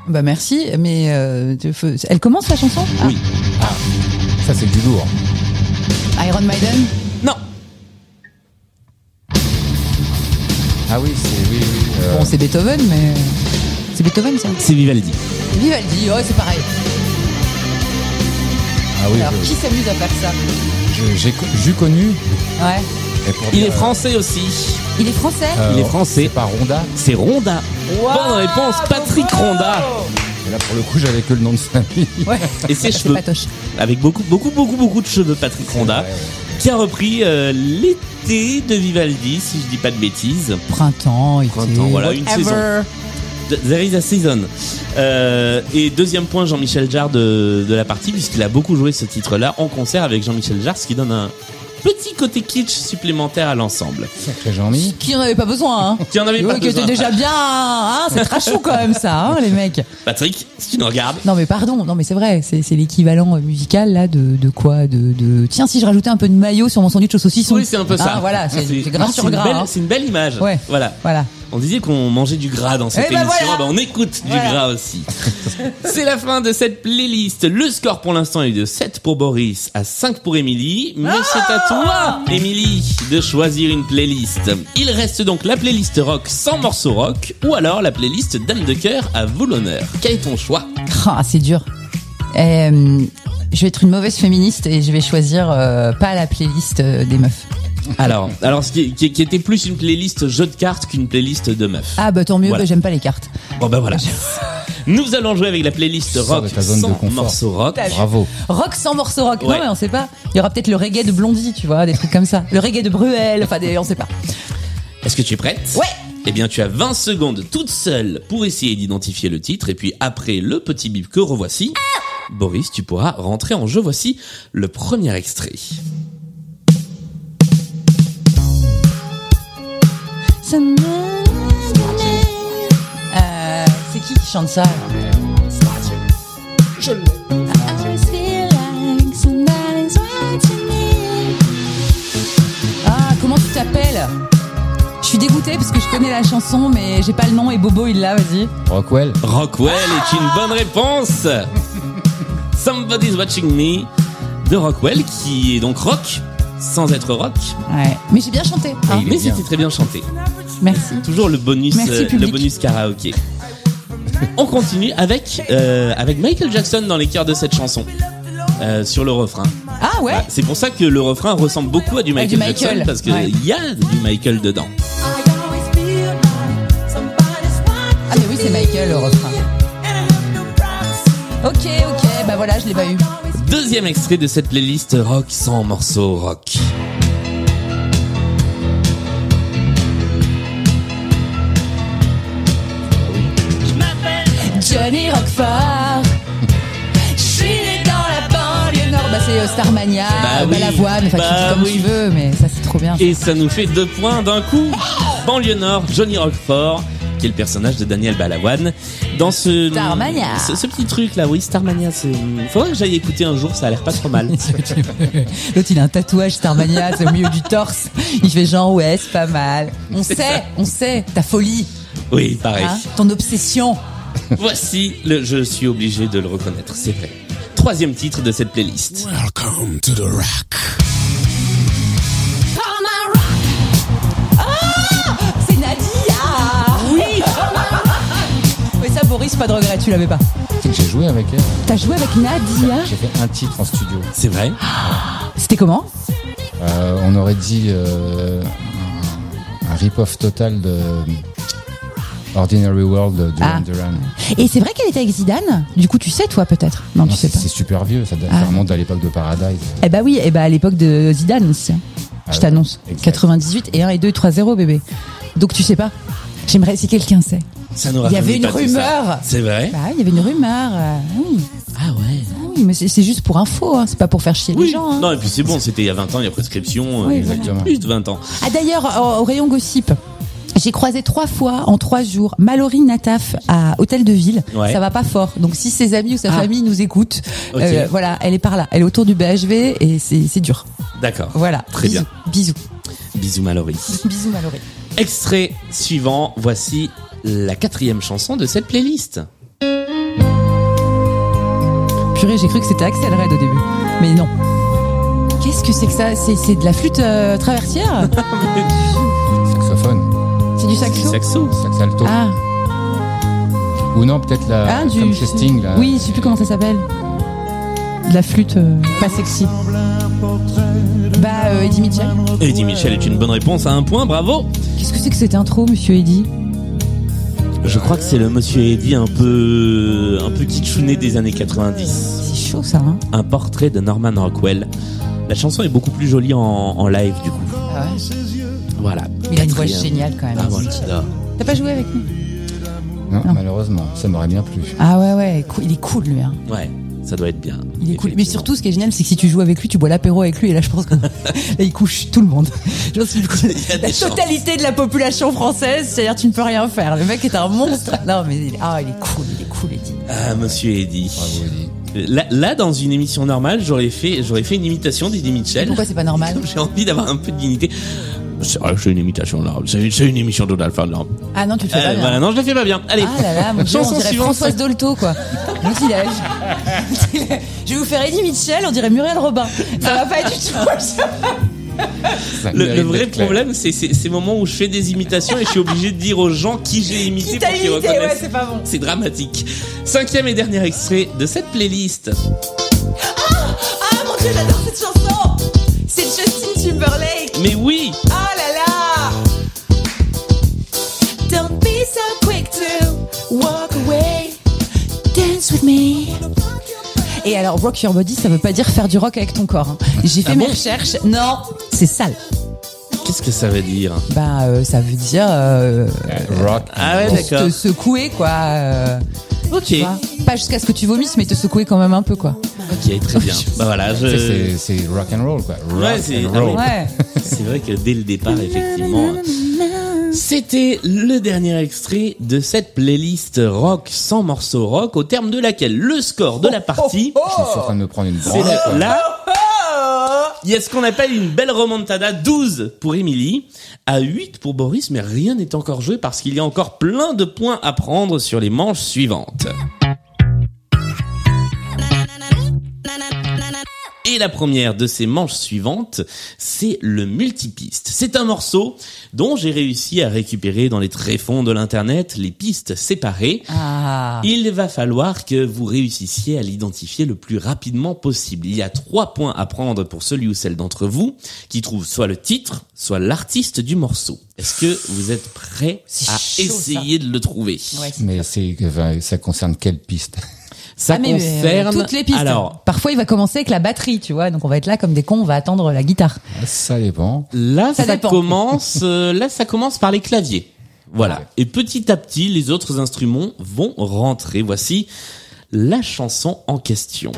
S2: bah merci, mais euh, tu fais- elle commence la chanson Ah,
S1: Oui.
S3: Ça, c'est du lourd.
S2: Iron Maiden.
S1: Non.
S3: Ah oui, c'est. Oui, oui. euh,
S2: Bon, c'est Beethoven, mais c'est Beethoven ça.
S1: C'est Vivaldi.
S2: Vivaldi, ouais, c'est pareil.
S3: ah oui,
S2: Alors,
S3: je-
S2: qui s'amuse à faire ça
S3: je- j'ai co- j'ai connu.
S2: Ouais.
S3: et pour
S1: Il
S3: dire,
S1: est français aussi.
S2: Il est français
S3: euh,
S1: il est français.
S3: C'est pas Ronda.
S1: C'est Ronda. Bonne réponse, Patrick Ronda.
S3: Et là, pour le coup, j'avais que le nom de sa vie.
S2: Ouais.
S1: Et ses
S2: C'est
S1: cheveux.
S2: patoche.
S1: Avec beaucoup, beaucoup, beaucoup, beaucoup de cheveux, Patrick Ronda.
S3: Ouais, ouais.
S1: Qui a repris euh, l'été de Vivaldi, si je dis pas de bêtises.
S2: Printemps, été,
S1: Printemps, voilà, une
S2: whatever.
S1: The- There is a season. Euh, et deuxième point, Jean-Michel Jarre de, de la partie, puisqu'il a beaucoup joué ce titre-là en concert avec Jean-Michel Jarre, ce qui donne un petit côté kitsch supplémentaire à l'ensemble.
S3: Sacré Jean-Mi.
S2: Qui en avait pas besoin, hein
S1: Qui en avait
S2: Oui,
S1: pas
S2: qui
S1: besoin.
S2: était déjà bien, hein C'est trashou quand même ça, hein, les mecs.
S1: Patrick, si tu nous regardes,
S2: Non mais pardon, non mais c'est vrai, c'est c'est l'équivalent euh, musical là de, de quoi de, de tiens si je rajoutais un peu de maillot sur mon sandwich au saucisson.
S1: oui, c'est un peu ça.
S2: Ah, voilà, c'est c'est gras
S1: Ah,
S2: sur
S1: une
S2: gras.
S1: belle-
S2: hein.
S1: C'est une belle image.
S2: Ouais.
S1: Voilà.
S2: Voilà.
S1: On disait qu'on mangeait du gras dans cette
S2: Eh ben
S1: émission.
S2: voilà.
S1: Ah ben on écoute du
S2: Voilà.
S1: gras aussi. C'est la fin de cette playlist. Le score pour l'instant est de 7 pour Boris à 5 pour Émilie.
S2: Ah
S1: Mais c'est à toi, Émilie, de choisir une playlist. Il reste donc la playlist rock sans morceau rock ou alors la playlist dame de cœur à vous l'honneur. Quel est ton choix
S2: Ah, c'est dur. Euh, je vais être une mauvaise féministe et je vais choisir euh, pas la playlist euh, des meufs.
S1: Alors, alors ce qui, qui- qui était plus une playlist jeu de cartes qu'une playlist de meufs.
S2: Ah bah tant mieux,
S1: Voilà.
S2: bah, j'aime pas les cartes.
S1: Bon ben voilà. Nous allons jouer avec la playlist
S3: Sors
S1: rock
S3: de ta zone de
S1: sans
S3: confort.
S1: morceau rock.
S3: Bravo.
S2: Rock sans morceau rock.
S1: Ouais.
S2: Non mais on sait pas. Il y aura peut-être le reggae de Blondie, tu vois, des trucs comme ça. Le reggae de Bruel, enfin des, on sait pas.
S1: Est-ce que tu es prête
S2: Ouais.
S1: Eh bien, tu as 20 secondes toute seule pour essayer d'identifier le titre. Et puis après le petit bip que revoici, Boris, tu pourras rentrer en jeu. Voici le premier extrait.
S2: Euh, c'est qui qui chante ça là Ah comment tu t'appelles Je suis dégoûtée parce que je connais la chanson mais j'ai pas le nom et Bobo il l'a, vas-y.
S3: Rockwell.
S1: Rockwell est une bonne réponse. Somebody's watching me de Rockwell, qui est donc rock sans être rock,
S2: Ouais. Mais j'ai bien chanté. hein.
S3: Il est
S1: mais
S3: bien.
S1: c'était très bien chanté.
S2: Merci.
S1: Toujours le bonus,
S2: Merci,
S1: euh, le
S2: public.
S1: bonus karaoké. On continue avec euh, avec Michael Jackson dans les chœurs de cette chanson euh, sur le refrain.
S2: Ah ouais.
S1: Voilà, Bah, C'est pour ça que le refrain ressemble beaucoup à du Michael,
S2: du Michael,
S1: Jackson parce qu'il
S2: ouais.
S1: y a du Michael dedans.
S2: Ah mais oui c'est Michael le refrain. Ok ok bah voilà je l'ai pas eu.
S1: Deuxième extrait de cette playlist rock sans morceaux rock.
S2: Johnny Rockford. Je suis né dans la banlieue nord. Bah c'est euh, Starmania,
S1: Bah oui.
S2: Balavoine, enfin,
S1: Bah
S2: tu dis comme
S1: oui.
S2: tu veux, mais ça c'est trop bien.
S1: Et ça nous fait deux points d'un coup. Banlieue Nord, Johnny Rockford, qui est le personnage de Daniel Balavoine. Dans ce.
S2: Starmania.
S1: Ce, ce petit truc là, oui, Starmania, c'est. Faudrait que j'aille écouter un jour, ça a l'air pas trop mal.
S2: L'autre, il a un tatouage Starmania, c'est au milieu du torse. Il fait genre, ouais, c'est pas mal. On
S1: C'est
S2: sait,
S1: ça.
S2: on sait, ta folie,
S1: Oui, pareil.
S2: hein, ton obsession.
S1: Voici le. Je suis obligé de le reconnaître, c'est vrai. Troisième titre de cette playlist.
S7: Welcome to the rack.
S2: C'est Nadia Oui Mais ça, Boris, pas de regret, tu l'avais pas.
S3: C'est que j'ai joué avec elle.
S2: T'as joué avec Nadia
S3: J'ai fait un titre en studio.
S1: C'est vrai.
S2: C'était comment
S3: Euh, on aurait dit euh, un- un rip-off total de Ordinary World de Duran
S2: Ah.
S3: Duran.
S2: Et c'est vrai qu'elle était avec Zidane Du coup, tu sais, toi, peut-être Non,
S3: Non,
S2: tu sais
S3: C'est
S2: pas.
S3: c'est super vieux, ça date
S2: Ah.
S3: ça remonte à l'époque de Paradise.
S2: Eh bah oui, eh bah à l'époque de Zidane aussi. hein.
S3: Ah
S2: Je
S3: oui,
S2: t'annonce.
S3: exact.
S2: 98 et 1 et 2 et 3 0, bébé. Donc tu sais pas. J'aimerais si quelqu'un sait.
S1: Ça nous
S2: Il y
S1: rajeunit
S2: avait une
S1: pas tout ça.
S2: rumeur.
S1: hein. C'est vrai.
S2: Bah oui, il y avait une rumeur. euh, oui.
S1: Ah ouais.
S2: Ah oui, mais c'est c'est juste pour info, hein, c'est pas pour faire chier les
S1: Oui.
S2: gens. hein.
S1: Non, et puis c'est bon, c'était il y a 20 ans, il y a prescription,
S2: Oui,
S1: euh,
S3: voilà.
S1: plus de 20 ans.
S2: Ah d'ailleurs, au, au rayon gossip. J'ai croisé trois fois en trois jours Mallory Nataf à Hôtel de Ville.
S1: Ouais.
S2: Ça va pas fort. Donc si ses amis ou sa
S1: Ah.
S2: famille nous écoutent,
S1: Ok.
S2: euh, voilà, elle est par là. Elle est autour du BHV et c'est c'est dur.
S1: D'accord.
S2: Voilà.
S1: Très
S2: Bisous.
S1: bien.
S2: Bisous.
S1: Bisous Mallory.
S2: Bisous Mallory.
S1: Extrait suivant, voici la quatrième chanson de cette playlist.
S2: Purée, j'ai cru que c'était Axel Red au début. Mais non. Qu'est-ce que c'est que ça C'est c'est de la flûte euh, traversière
S3: Saxophone,
S2: C'est du
S1: Du
S2: saxo
S1: saxo.
S3: sax alto.
S2: Ah,
S3: Ou non, peut-être la
S2: ah, du.
S3: comme chez Sting, là.
S2: Oui, je sais plus comment ça s'appelle. De la flûte euh, pas sexy. Bah, euh, Eddie Mitchell.
S1: Eddie Michel est une bonne réponse à un point, bravo
S2: Qu'est-ce que c'est que cette intro, monsieur Eddie
S1: Je crois que c'est le monsieur Eddie un peu un peu kitschouné des années 90.
S2: C'est chaud ça, hein
S1: Un portrait de Norman Rockwell. La chanson est beaucoup plus jolie en, en live du coup. Voilà.
S2: Il a une voix
S1: Quatrième.
S2: géniale quand même.
S1: Ah,
S2: Eddie
S1: voilà.
S2: Mitchell.
S1: j'adore.
S2: T'as pas joué avec nous
S3: Non,
S2: Non.
S3: malheureusement, ça m'aurait bien plu.
S2: Ah ouais, ouais, cou- il est cool lui. Hein.
S1: Ouais, ça doit être bien.
S2: Il est cool. Mais
S1: Effectivement.
S2: surtout, ce qui est génial, c'est que si tu joues avec lui, tu bois l'apéro avec lui. Et là, je pense que là, il couche tout le monde. Je pense qu'il couche
S1: y a
S2: la
S1: des chances.
S2: totalité de la population française. C'est-à-dire, tu ne peux rien faire. Le mec est un monstre. Non, mais il- ah, il est cool, il est cool, Eddie.
S1: Ah, monsieur Eddie.
S3: Bravo, Eddie.
S1: Là, là, dans une émission normale, j'aurais fait, j'aurais fait une imitation d'Eddie Mitchell.
S2: Pourquoi c'est pas normal
S1: J'ai envie d'avoir un peu de dignité. C'est vrai que c'est une imitation normale. C'est c'est une émission de Alpha Norm.
S2: Ah non, tu le fais
S1: Euh,
S2: pas bien.
S1: voilà, non, je la fais pas bien. Allez,
S2: Ah là là, mon Dieu, on
S1: chanson
S2: dirait
S1: suivante.
S2: Françoise Dolto, quoi. Mon village. Je vais vous faire Eddie Mitchell, on dirait Muriel Robin. Ça va pas du tout.
S3: Ça
S1: Le,
S3: mérite
S1: le vrai
S3: d'être clair.
S1: problème, c'est c'est- ces moments où je fais des imitations et je suis obligé de dire aux gens qui j'ai imité
S2: Qui
S1: pour
S2: t'a
S1: qu'ils
S2: imité,
S1: reconnaissent.
S2: ouais, c'est pas bon.
S1: C'est dramatique. Cinquième et dernier extrait de cette playlist.
S2: Ah mon Dieu, j'adore cette chanson. C'est Justin Timberlake.
S1: Mais oui,
S2: Ah là là
S4: Don't be so quick to walk away. Dance with me.
S2: Et alors, rock your body, ça veut pas dire faire du rock avec ton corps. hein. J'ai fait mes recherches. Non, c'est sale.
S1: qu'est-ce que ça veut dire
S2: Bah, euh, ça veut dire euh,
S3: Rock.
S1: Ah ouais, d'accord.
S2: te secouer, quoi. euh,
S1: Ok,
S2: tu vois. Pas jusqu'à ce que tu vomisses, mais te secouer quand même un peu, quoi.
S1: ok, très bien. Bah voilà,
S3: Tu sais,
S1: je...
S3: c'est- C'est rock and roll, quoi. Rock
S1: Ouais, c'est-
S3: and
S1: ah
S3: roll.
S1: oui.
S2: Ouais.
S1: c'est vrai que dès le départ, effectivement. C'était le dernier extrait de cette playlist rock sans morceaux rock, au terme de laquelle le score de la partie.
S3: Je suis en train de me prendre une
S1: C'est
S3: branle.
S1: là, là, il y a ce qu'on appelle une belle remontada 12 pour Émilie, à 8 pour Boris, mais rien n'est encore joué parce qu'il y a encore plein de points à prendre sur les manches suivantes. Et la première de ces manches suivantes, c'est le multipiste. C'est un morceau dont j'ai réussi à récupérer dans les tréfonds de l'internet les pistes séparées.
S2: Ah.
S1: Il va falloir que vous réussissiez à l'identifier le plus rapidement possible. Il y a trois points à prendre pour celui ou celle d'entre vous qui trouve soit le titre, soit l'artiste du morceau. Est-ce que vous êtes prêts
S2: C'est
S1: à
S2: chaud,
S1: essayer de le trouver
S2: Ouais.
S3: Mais c'est, enfin, ça concerne quelle piste
S1: Ça
S2: Ah, mais, euh,
S1: concerne
S2: toutes les pistes.
S1: Alors,
S2: Parfois, il va commencer avec la batterie, tu vois. Donc, on va être là comme des cons, on va attendre la guitare.
S3: Ah, Ça dépend.
S1: là ça,
S2: Ça dépend.
S1: commence euh, là ça commence par les claviers.
S2: Ah
S1: Voilà. Et petit à petit, les autres instruments vont rentrer. Voici la chanson en question.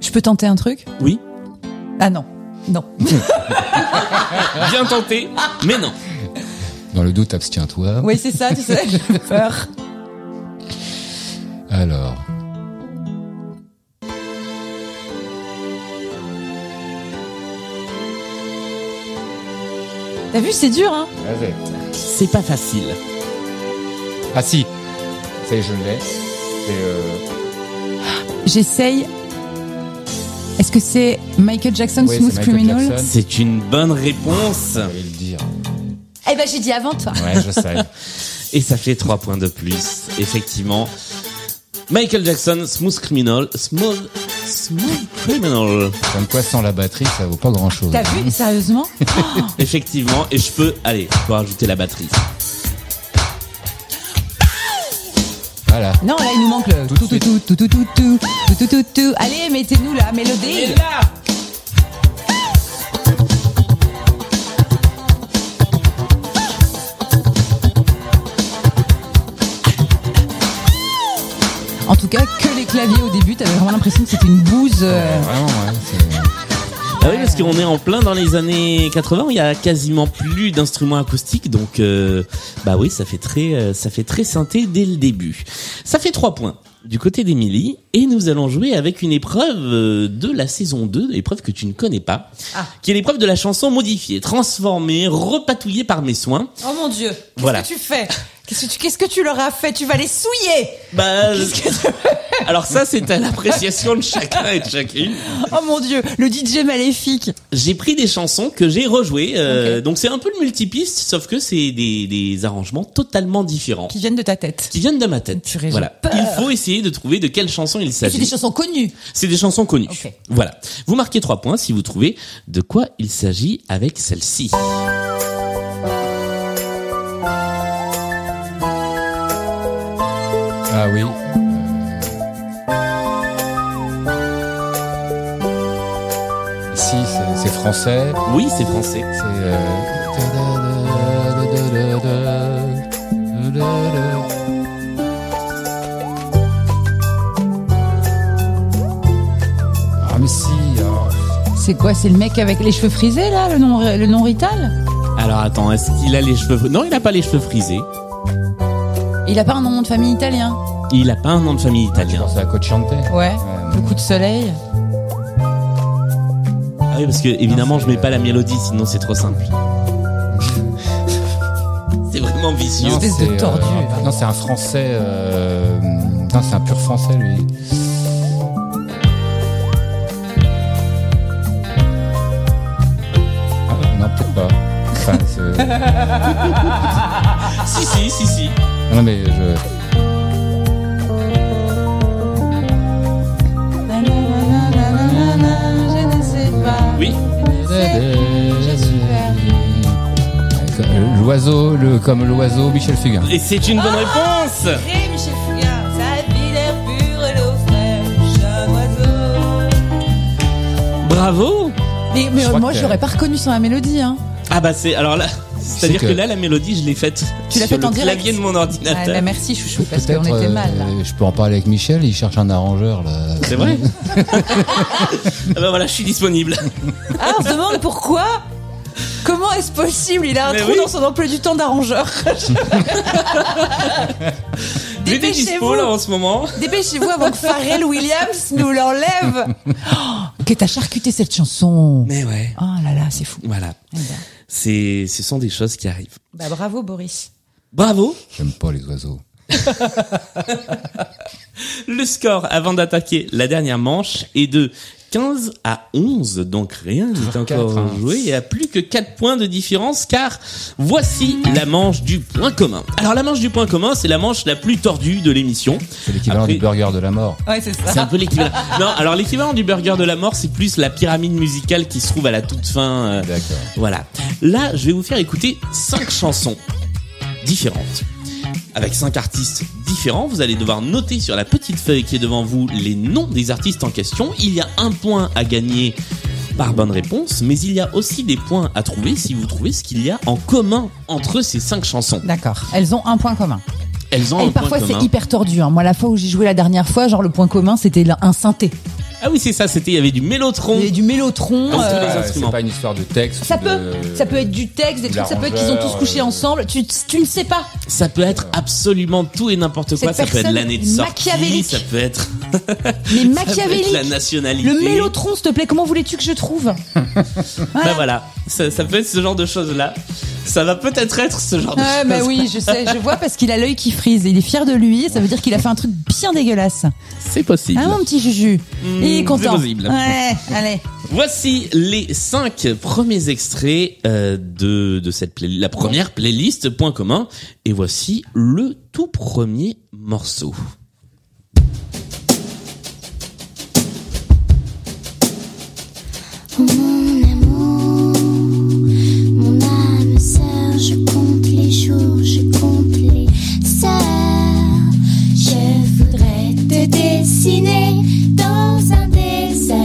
S2: Je peux tenter un truc
S1: Oui.
S2: Ah non. Non.
S1: Bien tenté, mais non.
S3: Dans le doute, abstiens-toi.
S2: Oui, c'est ça, tu sais, j'avais peur.
S3: Alors.
S2: T'as vu, c'est dur, hein
S1: C'est pas facile.
S3: Ah si. C'est je l'ai. C'est euh,
S2: J'essaye. Est-ce que c'est Michael Jackson,
S3: oui, c'est
S2: Smooth
S3: Michael
S2: Criminal
S3: Jackson.
S1: C'est une bonne réponse.
S3: Je vais le dire.
S2: Eh ben, j'ai dit avant toi.
S3: Ouais, je sais.
S1: Et ça fait 3 points de plus, effectivement. Michael Jackson, Smooth Criminal, Smooth, Smooth Criminal.
S3: Comme quoi, sans la batterie, ça vaut pas grand-chose.
S2: T'as vu, sérieusement
S1: Effectivement, et je peux, allez, je peux rajouter la batterie.
S3: Voilà.
S2: Non, là, il nous manque le tout, tout,
S3: de
S2: tout,
S3: suite.
S2: tout, tout, tout, tout, tout, tout, tout, tout. Allez, mettez-nous la mélodie.
S1: là
S2: En tout cas, que les claviers au début, t'avais vraiment l'impression que c'était une bouse. euh,
S3: Vraiment, ouais. c'est-
S1: Ah oui, parce qu'on est en plein dans les années 80, où il y a quasiment plus d'instruments acoustiques, donc euh, bah oui, ça fait très euh, ça fait très synthé dès le début. Ça fait trois points du côté d'Emilie, et nous allons jouer avec une épreuve euh, de la saison 2, épreuve que tu ne connais pas,
S2: Ah.
S1: qui est l'épreuve de la chanson modifiée, transformée, repatouillée par mes soins.
S2: Oh mon Dieu Qu'est-ce
S1: Voilà.
S2: que tu fais Qu'est-ce que tu- Qu'est-ce que tu leur as fait Tu vas les souiller
S1: Bah, alors ça, c'est à l'appréciation de chacun et de chacune.
S2: Oh mon Dieu Le DJ maléfique
S1: j'ai pris des chansons que j'ai rejouées. euh, Donc c'est un peu le multipiste, sauf que c'est des, des arrangements totalement différents
S2: qui viennent de ta tête.
S1: qui viennent de ma tête.
S2: Purée, j'ai
S1: voilà.
S2: peur.
S1: Il faut essayer de trouver de quelle chanson il
S2: C'est des
S1: s'agit.
S2: chansons connues.
S1: C'est des chansons connues.
S2: Ok.
S1: Voilà. Vous marquez trois points si vous trouvez de quoi il s'agit avec celle-ci.
S3: Ah oui. Euh, Ici, c'est- c'est français.
S1: Oui, c'est français.
S3: C'est. euh, Ah, mais si. ah.
S2: C'est quoi C'est le mec avec les cheveux frisés, là Le nom, le nom Rital
S1: Alors attends, est-ce qu'il a les cheveux Non, il n'a pas les cheveux frisés.
S2: Il a pas un nom de famille italien
S1: Il a pas un nom de famille
S3: Je
S1: italien.
S3: pense à Cocciante.
S2: Ouais. Le coup de soleil.
S1: Ah oui, parce que évidemment,
S3: Non,
S1: je
S3: c'est-
S1: mets pas la mélodie, sinon c'est trop simple. c'est vraiment vicieux.
S2: espèce de
S3: c'est,
S2: tordu.
S3: un- non, c'est un français. euh, non, c'est un pur français, lui. Ah, non, peut-être pas. Enfin, c'est- euh,
S1: Si, si, si, si.
S3: non, mais je.
S2: Je ne sais pas.
S1: Oui.
S3: Ah, euh, L'oiseau, le, comme l'oiseau, Michel Fugain.
S1: Et c'est une bonne réponse Bravo
S2: Mais, mais,
S3: Je
S2: euh,
S3: crois
S2: moi,
S3: que-
S2: je l'aurais pas reconnu sans la mélodie. Hein.
S1: Ah bah c'est alors là, c'est-à-dire que...
S3: que-
S1: là la mélodie je l'ai faite
S2: Tu l'as
S1: sur
S2: faite
S1: le
S2: en direct
S1: clavier de mon
S2: Ouais,
S1: ordinateur.
S2: bah, merci, chouchou, parce qu'on
S3: Peut-être,
S2: était
S3: euh,
S2: mal. Là.
S3: Je peux en parler avec Michel, il cherche un arrangeur là.
S1: c'est vrai Ah bah voilà, je suis disponible.
S2: Ah, on se demande pourquoi Comment est-ce possible Il a un
S1: Mais
S2: trou
S1: oui.
S2: dans son emploi du temps d'arrangeur.
S1: J'étais dispo là
S2: Dépêchez-vous
S1: en ce moment.
S2: Dépêchez-vous avant que Pharrell Williams nous l'enlève oh, Que t'as charcuté cette chanson
S1: Mais ouais.
S2: Oh là là, c'est fou.
S1: Voilà.
S2: Eh ben.
S1: C'est ce sont des choses qui arrivent.
S2: Bah, bravo, Boris.
S1: Bravo
S3: J'aime pas les oiseaux.
S1: Le score avant d'attaquer la dernière manche est de 15 à 11, donc rien n'est encore
S3: quatre, hein.
S1: joué. Il n'y a plus que 4 points de différence car voici la manche du point commun. Alors la manche du point commun, c'est la manche la plus tordue de l'émission.
S3: C'est l'équivalent
S1: Après-
S3: du burger de la mort.
S2: Ouais, c'est ça.
S1: C'est un peu l'équivalent. Non, alors l'équivalent du burger de la mort, c'est plus la pyramide musicale qui se trouve à la toute fin. euh,
S3: D'accord.
S1: voilà. Là, je vais vous faire écouter cinq chansons différentes. Avec cinq artistes différents, vous allez devoir noter sur la petite feuille qui est devant vous les noms des artistes en question. Il y a un point à gagner par bonne réponse, mais il y a aussi des points à trouver si vous trouvez ce qu'il y a en commun entre ces cinq chansons.
S2: D'accord. Elles ont un point commun.
S1: Elles ont
S2: Et
S1: Oh, un point
S2: Eh, parfois, c'est
S1: commun.
S2: hyper tordu. hein. Moi, la fois où j'ai joué la dernière fois, genre, le point commun, c'était la- un synthé.
S1: Ah oui, c'est ça, c'était, il y avait du mélotron.
S2: Il y a du mélotron.
S1: Dans tous
S2: euh,
S1: les
S3: Ah,
S1: instruments.
S3: C'est pas une histoire de texte.
S2: Ça
S3: de-
S2: peut, ça peut être du texte, des trucs, ça peut être qu'ils ont tous
S3: l'arrangeur,
S2: couché
S3: euh,
S2: ensemble. Tu, tu ne sais pas.
S1: Ça peut être absolument tout et n'importe quoi.
S2: Cette
S1: Ça peut être
S2: personne
S1: l'année de sortie,
S2: machiavélique.
S1: ça peut être,
S2: Les
S1: ça peut être la
S2: machiavéliques.
S1: nationalité.
S2: Le mélotron, s'il te plaît, comment voulais-tu que je trouve
S1: Bah voilà, ça, ça peut être ce genre de choses-là. Ça va peut-être être ce genre
S2: Ah,
S1: de
S2: bah
S1: choses.
S2: oui, je sais, je vois parce qu'il a l'œil qui frise. Il est fier de lui, ça veut dire qu'il a fait un truc bien dégueulasse.
S1: C'est possible.
S2: Ah mon petit Juju Il est
S3: Mm.
S1: Hmm,
S2: content.
S1: c'est possible.
S2: Ouais, allez.
S1: Voici les cinq premiers extraits euh, de, de cette play- la première playlist point commun et voici le tout premier morceau.
S4: Mon amour, mon âme sœur, je compte les jours, je compte les sœurs. Je voudrais te dessiner dans un désert,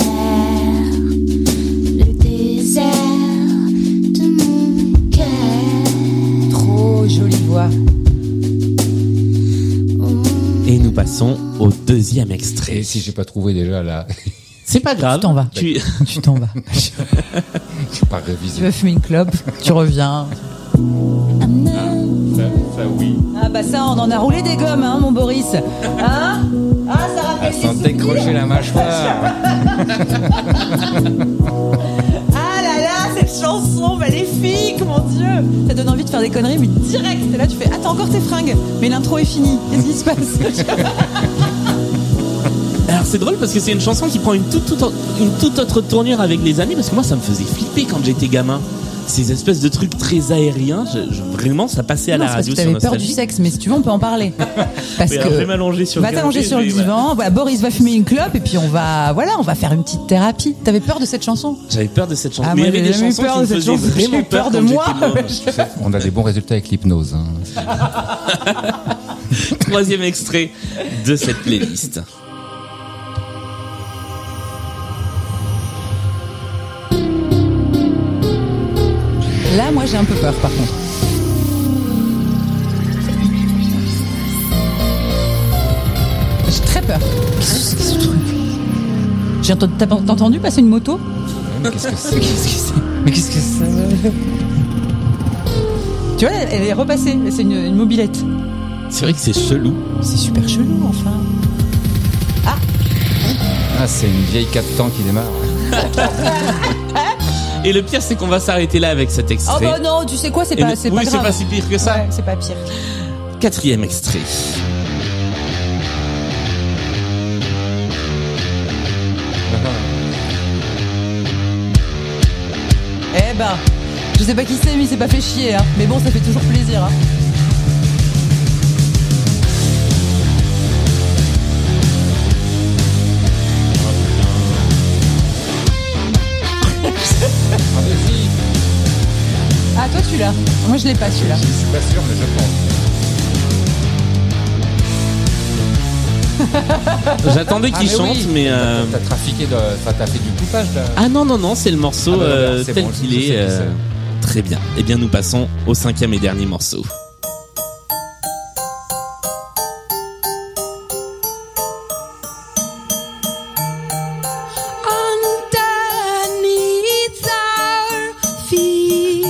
S4: le désert de mon cœur.
S2: Trop Oh, jolie voix.
S1: Et nous passons au deuxième
S3: Et
S1: extrait.
S3: si j'ai pas trouvé déjà là,
S1: C'est pas grave.
S2: t'en vas.
S1: Tu-
S2: Tu t'en vas.
S3: j'ai pas
S2: tu
S3: révisé.
S2: veux fumer une clope, tu reviens.
S3: Ça, ça, oui.
S2: Ah bah ça, on en a roulé des gommes, hein, mon Boris. Hein Ah, ça
S3: Ah,
S2: rappelle
S3: sans
S2: des souvenirs.
S3: décrocher la mâchoire.
S2: Ah là là, cette chanson magnifique, mon Dieu Ça donne envie de faire des conneries, mais direct Là, tu fais, attends, encore tes fringues Mais l'intro est finie, qu'est-ce qui se passe
S1: Alors c'est drôle parce que c'est une chanson qui prend une toute, toute- une toute autre tournure avec les années parce que moi ça me faisait flipper quand j'étais gamin. Ces espèces de trucs très aériens, je- je- vraiment ça passait à
S2: Non,
S1: la
S2: c'est parce
S1: radio
S2: que
S1: sur
S2: t'avais peur du
S1: Nostalgie.
S2: sexe, mais si tu veux, on peut en parler. Parce
S1: Oui, alors, je vais
S2: que...
S1: m'allonger sur le
S2: Va t'allonger
S1: canapé,
S2: sur le
S1: je vais- voilà.
S2: divan, voilà, Boris va fumer une clope et puis on va, voilà, on va faire une petite thérapie. T'avais peur de cette chanson
S1: J'avais peur de cette chanson.
S2: Ah,
S1: Mais
S2: moi,
S1: il y avait
S2: j'ai
S1: des
S2: jamais eu
S1: chansons
S2: peur
S1: qui
S2: de
S1: me
S2: cette
S1: faisaient
S2: chanson. J'ai
S1: vraiment
S2: eu peur
S1: peur
S2: de
S1: quand j'étais
S2: moi.
S1: môme.
S3: On a des bons résultats avec l'hypnose. hein.
S1: Troisième extrait de cette playlist.
S2: Là, moi, j'ai un peu peur, par contre. J'ai très peur. Qu'est-ce que c'est que ce truc J'ai entendu, t'as pas- t'as entendu passer une moto
S3: Mais Qu'est-ce que c'est Mais qu'est-ce que c'est
S2: Tu vois, elle, elle est repassée. mais C'est une, une mobilette.
S1: C'est vrai que c'est chelou.
S2: C'est super chelou, enfin.
S3: Ah, c'est une vieille 4 temps qui démarre.
S1: Et le pire, c'est qu'on va s'arrêter là avec cet
S2: Oh
S1: extrait.
S2: bah non, tu sais quoi, c'est
S1: Et
S2: pas,
S1: le-
S2: c'est
S1: oui,
S2: pas
S1: c'est
S2: grave.
S1: pas si pire que ça.
S2: Ouais, c'est pas pire.
S1: Quatrième extrait.
S2: Eh ben, je sais pas qui c'est, mais c'est pas fait chier. Hein. Mais bon, ça fait toujours plaisir. Hein.
S3: Ah, mais si,
S2: Ah, toi, tu l'as. Moi, je l'ai pas, celui-là.
S3: je suis pas sûr, mais je pense.
S1: J'attendais qu'il
S3: Ah, mais
S1: chante,
S3: oui.
S1: mais... euh,
S3: T'as trafiqué, de... enfin, t'as fait du coupage là.
S1: Ah non, non, non, c'est le morceau
S3: Ah bah,
S1: euh,
S3: c'est
S1: tel
S3: bon, je-
S1: qu'il
S3: je
S1: est.
S3: sais qui
S1: euh, Très bien. Eh bien, nous passons au cinquième et dernier morceau.
S4: Underneath our feet,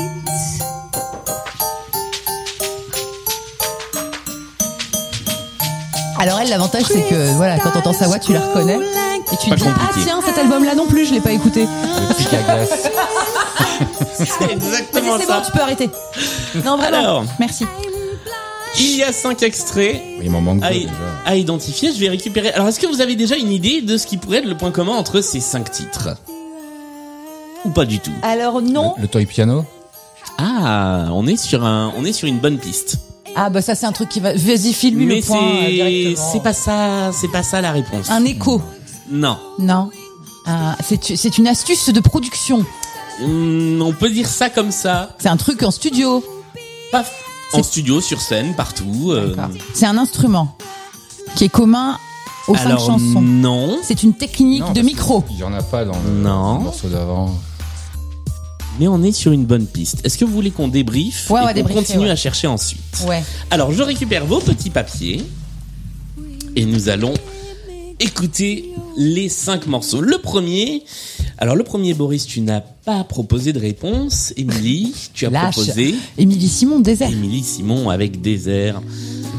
S2: Alors elle, l'avantage c'est que voilà, quand t'entends sa voix, tu la reconnais et tu te
S1: Pas
S2: dis ah
S1: compliqué.
S2: tiens cet album là non plus, je l'ai pas écouté.
S3: Le pic à glace.
S1: C'est
S2: Mais
S1: exactement
S2: c'est bon, tu peux arrêter. Non vraiment.
S1: Alors.
S2: Merci.
S1: Il y a cinq extraits
S3: Il m'en manque
S1: à,
S3: deux déjà.
S1: à identifier. Je vais récupérer. Alors, est-ce que vous avez déjà une idée de ce qui pourrait être le point commun entre ces cinq titres Ou pas du tout
S2: Alors non.
S3: Le, le toy piano
S1: Ah, on est sur un, on est sur une bonne piste.
S2: Ah bah ça c'est un truc qui va. Vas-y file lui
S1: Mais
S2: le point euh,
S1: c'est,
S2: directement.
S1: c'est pas ça, c'est pas ça la réponse.
S2: un écho.
S1: Non,
S2: Non. Ah, c'est c'est une astuce de production.
S1: Hum, on peut dire ça comme ça.
S2: C'est un truc en studio.
S1: Paf. En studio, sur scène, partout. euh,
S2: C'est un instrument qui est commun aux cinq
S1: Alors
S2: chansons.
S1: non,
S2: C'est une technique
S3: Non,
S2: de
S3: parce
S2: micro.
S3: Il y en a pas dans le,
S1: Non.
S3: dans le morceau d'avant.
S1: mais on est sur une bonne piste. Est-ce que vous voulez qu'on débriefe
S2: Ouais,
S1: et
S2: on va
S1: qu'on
S2: débriefer,
S1: continue
S2: ouais.
S1: à chercher ensuite
S2: Ouais.
S1: Alors, je récupère vos petits papiers et nous allons écouter les cinq morceaux. Le premier, alors le premier, Boris, tu n'as pas proposé de réponse. Émilie, tu as
S2: Lâche.
S1: proposé
S2: Émilie Simon, désert.
S1: Émilie Simon avec Désert.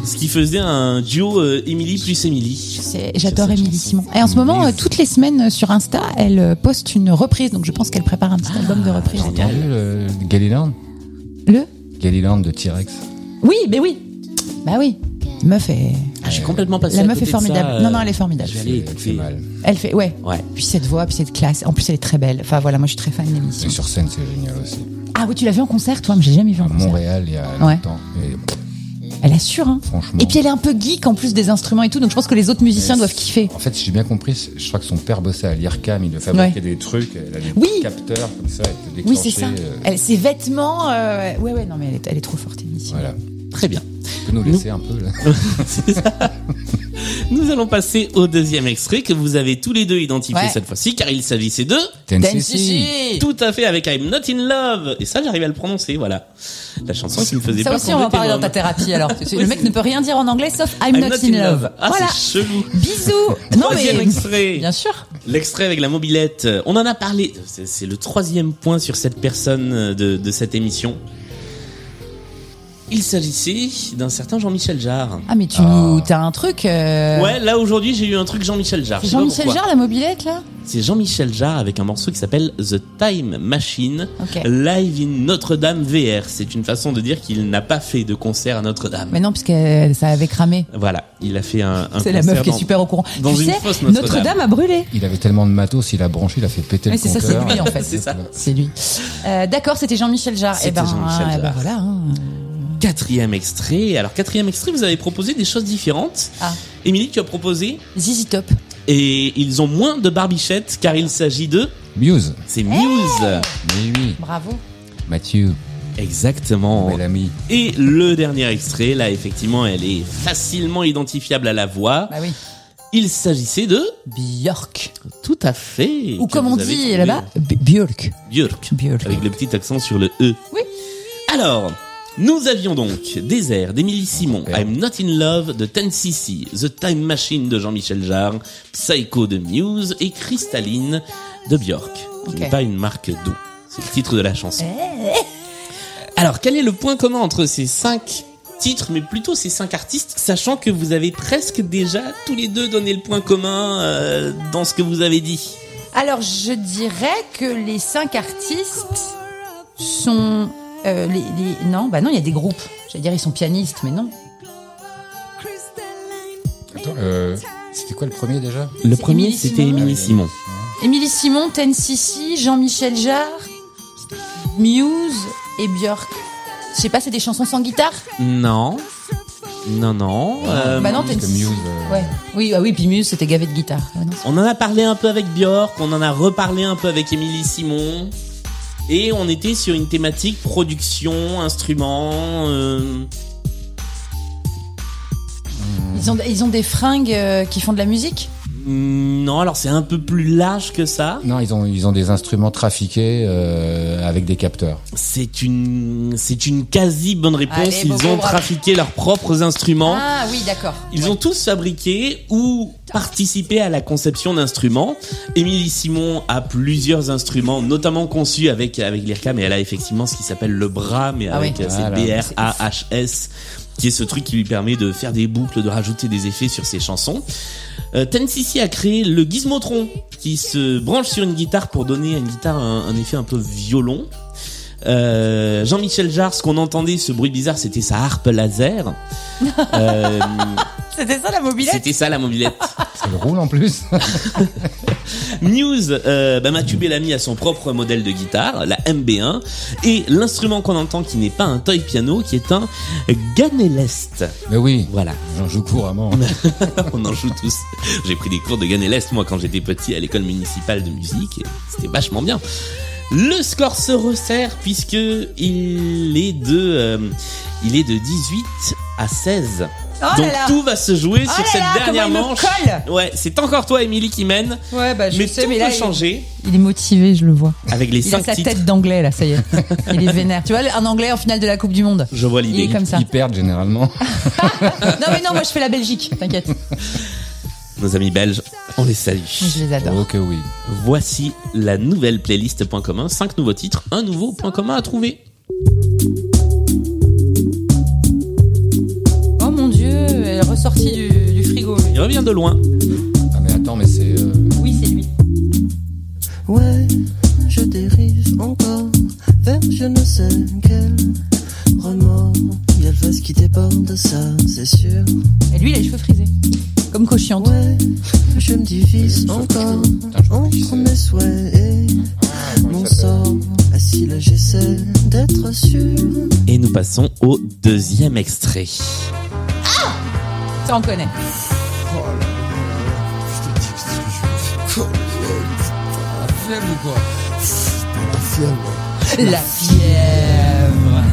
S1: Ce qui faisait un duo euh, Émilie plus Émilie.
S2: C'est- J'adore
S1: Sur cette
S2: Émilie
S1: chanson.
S2: Simon. Et en ce moment, euh, toutes les semaines euh, sur Insta, elle euh, poste une reprise. Donc je pense qu'elle prépare un petit
S1: Ah,
S2: album de reprise.
S3: T'as vu le Galiland
S2: Le
S3: Galiland de T-Rex.
S2: Oui, mais oui. Bah oui. Meuf est.
S1: Ah, J'ai complètement passé
S2: La
S1: à
S2: meuf
S1: côté
S2: est
S1: de ça,
S2: formidable.
S1: euh,
S2: Non, non, elle est formidable.
S1: je vais aller
S3: Elle
S1: écouter.
S3: fait mal.
S2: Elle fait, ouais.
S1: Ouais.
S2: Puis cette voix, puis cette classe. En plus, elle est très belle. Enfin voilà, moi je suis très fan de l'émission.
S3: Et sur scène, c'est génial aussi.
S2: Ah oui, tu l'as vu en concert, toi Mais j'ai jamais vu
S1: Ah,
S2: en
S3: À
S2: concert.
S3: Montréal, il y a
S2: Ouais.
S3: longtemps. Et
S2: Elle assure, hein.
S3: Franchement.
S2: Et puis elle est un peu geek en plus des instruments et tout. Donc je pense que les autres musiciens doivent kiffer.
S3: En fait, si j'ai bien compris, je crois que son père bossait à l'IRCAM, il lui fabriquait
S2: Ouais.
S3: des trucs, elle a des
S2: Oui.
S3: capteurs comme ça, elle peut
S2: Oui,
S3: déclencher.
S2: c'est ça.
S3: euh,
S2: Elle, ses vêtements. euh, Ouais, ouais, non, mais elle est, elle est trop forte, Émilie Simon.
S3: Voilà.
S1: Très bien.
S3: Tu peux nous laisser un peu là
S1: Nous allons passer au deuxième extrait que vous avez tous les deux identifié
S2: Ouais.
S1: cette fois-ci, car il s'agissait de...
S3: TNCC.
S1: Tout à fait avec I'm Not in Love. Et ça, j'arrive à le prononcer, voilà. La chanson qui me faisait
S2: Ça
S1: pas
S2: aussi, on va en parler dans ta thérapie alors. Le mec ne peut rien dire en anglais sauf hein. I'm, not, in love.
S1: Ah,
S2: voilà.
S1: c'est chelou.
S2: Bisous. Non
S1: Troisième
S2: mais
S1: extrait.
S2: bien sûr.
S1: L'extrait avec la mobilette. euh, On en a parlé. C'est c'est le troisième point sur cette personne euh, de, de cette émission. Il s'agissait d'un certain Jean-Michel Jarre.
S2: Ah mais tu nous t'as un truc. euh,
S1: Ouais, là aujourd'hui j'ai eu un truc Jean-Michel Jarre.
S2: c'est
S1: Je sais pas
S2: Jean-Michel
S1: pourquoi.
S2: Jarre, la mobilette là.
S1: C'est Jean-Michel Jarre avec un morceau qui s'appelle The Time Machine
S2: Ok.
S1: Live in Notre-Dame VR. C'est une façon de dire qu'il n'a pas fait de concert à Notre-Dame.
S2: Mais non parce que ça avait cramé.
S1: Voilà, il a fait un, un
S2: C'est la
S1: concert
S2: meuf qui est
S1: dans-
S2: super au courant.
S1: dans
S2: tu
S1: une
S2: sais,
S1: fosse Notre-Dame.
S2: Notre-Dame a brûlé.
S3: Il avait tellement de matos, il a branché, il a fait péter
S2: Mais
S3: le
S2: c'est ça,
S3: compteur.
S2: c'est lui en fait.
S1: C'est ça.
S2: C'est lui. Euh, D'accord, c'était Jean-Michel Jarre. Eh
S1: C'était
S2: ben,
S1: Jean-Michel
S2: eh ben,
S1: Jarre.
S2: voilà. hein.
S1: Quatrième extrait. Alors quatrième extrait, vous avez proposé des choses différentes.
S2: Ah.
S1: Émilie, tu as proposé
S2: Zizi Top.
S1: et ils ont moins de barbichettes car il s'agit de
S3: Muse.
S1: c'est Muse.
S3: Mais oui,
S2: Bravo.
S3: Mathieu,
S1: Exactement.
S3: bel ami.
S1: Et le dernier extrait, là effectivement, elle est facilement identifiable à la voix.
S2: Bah oui.
S1: Il s'agissait de
S2: Björk.
S1: tout à fait.
S2: Ou
S1: que
S2: comme on
S1: vous avez
S2: dit
S1: trouvé
S2: là-bas, B- Björk.
S1: Björk.
S2: Björk.
S1: Avec le petit accent sur le E.
S2: Oui.
S1: Alors, nous avions donc Désert d'Émilie Simon,
S3: Super.
S1: I'm Not in Love de Cc, The Time Machine de Jean-Michel Jarre, Psycho de Muse et Cristalline de Björk.
S2: Ok.
S1: Qui n'est pas une marque d'eau. C'est le titre de la chanson.
S2: Eh.
S1: Alors, quel est le point commun entre ces cinq titres, mais plutôt ces cinq artistes, sachant que vous avez presque déjà tous les deux donné le point commun euh, dans ce que vous avez dit
S2: Alors, je dirais que les cinq artistes sont. euh, les, les- Non, bah non, il y a des groupes. J'allais dire, ils sont pianistes, mais non.
S3: Attends, euh, c'était quoi le premier déjà
S1: Le
S2: C'est premier, Émilie c'était Simon.
S1: Émilie Simon.
S2: Émilie Simon, Cc, Jean-Michel Jarre, Muse et Björk. Je sais pas, c'est des chansons sans guitare
S1: Non. Non, non. Euh,
S2: Bah non,
S3: Parce que
S2: Ten-
S3: Muse, euh,
S2: Ouais. Oui, ah oui, puis Muse, c'était gavé de guitare. Ouais, non, c'est-
S1: On en a parlé un peu avec Björk, on en a reparlé un peu avec Émilie Simon. Et on était sur une thématique production, instruments. euh,
S2: Ils, ont, ils ont des fringues euh, qui font de la musique
S1: Non, alors c'est un peu plus large que ça.
S3: Non, ils ont, ils ont des instruments trafiqués euh, avec des capteurs.
S1: C'est une, c'est une quasi bonne réponse.
S2: Allez,
S1: Ils
S2: Bobo,
S1: ont
S2: bravo.
S1: trafiqué leurs propres instruments.
S2: Ah oui, d'accord.
S1: Ils ont tous fabriqué ou participé à la conception d'instruments. Émilie Simon a plusieurs instruments, notamment conçus avec, avec l'IRCAM, et elle a effectivement ce qui s'appelle le bras, mais
S2: Ah
S1: avec
S2: oui.
S1: euh, c'est
S3: Voilà.
S1: B-R-A-H-S, qui est ce truc qui lui permet de faire des boucles, de rajouter des effets sur ses chansons. Euh, Tensisi a créé le gizmotron, qui se branche sur une guitare pour donner à une guitare un, un effet un peu violon. Euh, Jean-Michel Jarre, ce qu'on entendait, ce bruit bizarre, c'était sa harpe laser. Euh,
S2: C'était ça la mobilette
S1: c'était ça la mobilette.
S3: Elle roule en plus.
S1: Muse, euh, bah, Mathieu Bellamy a son propre modèle de guitare, la MB1, et l'instrument qu'on entend qui n'est pas un toy piano, qui est un ganéleste.
S3: Mais oui,
S1: Voilà,
S3: j'en joue couramment.
S1: on en joue tous. J'ai pris des cours de ganéleste moi quand j'étais petit à l'école municipale de musique, et c'était vachement bien. Le score se resserre puisque il est de euh, il est de 18 à 16.
S2: Oh
S1: Donc
S2: là là
S1: tout va se jouer
S2: Oh
S1: sur
S2: là
S1: cette
S2: là,
S1: dernière
S2: comment il me
S1: manche.
S2: colle
S1: Ouais, c'est encore toi Émilie qui mène,
S2: Ouais, bah
S1: mais tout peut changer
S2: il... est motivé, je le vois.
S1: avec les
S2: Il a
S1: cinq
S2: sa
S1: titres.
S2: tête d'anglais là, ça y est. Il est vénère. Tu vois, un anglais en finale de la Coupe du Monde.
S1: Je vois
S2: Il est
S1: l'idée.
S2: comme ça.
S3: Ils perdent généralement.
S2: Non mais non, moi je fais la Belgique, t'inquiète.
S1: nos amis belges. On les salue.
S2: Je les adore.
S3: Oh que oui.
S1: Voici la nouvelle playlist point commun. Cinq nouveaux titres, un nouveau point commun à trouver.
S2: Oh mon dieu, elle est ressortie du, du frigo. lui.
S1: Il revient de loin.
S3: Ah mais attends, mais c'est... euh,
S2: Oui, c'est lui.
S8: Ouais, je dérive encore vers je ne sais quel remords. Il y a le vase qui déborde, ça c'est sûr.
S2: Et lui, il a les cheveux frisés. Comme cochante.
S8: Ouais, je me divise
S3: Sauf que je-
S8: encore
S3: putain, je me dis,
S8: entre
S3: c'est-
S8: mes souhaits et
S3: Ah, comment il
S8: mon
S3: s'appelle
S8: sort. Assis là, j'essaie d'être sûr.
S1: Et nous passons au deuxième extrait.
S2: Ça, on connaît.
S6: Flemme ou quoi
S2: La fièvre.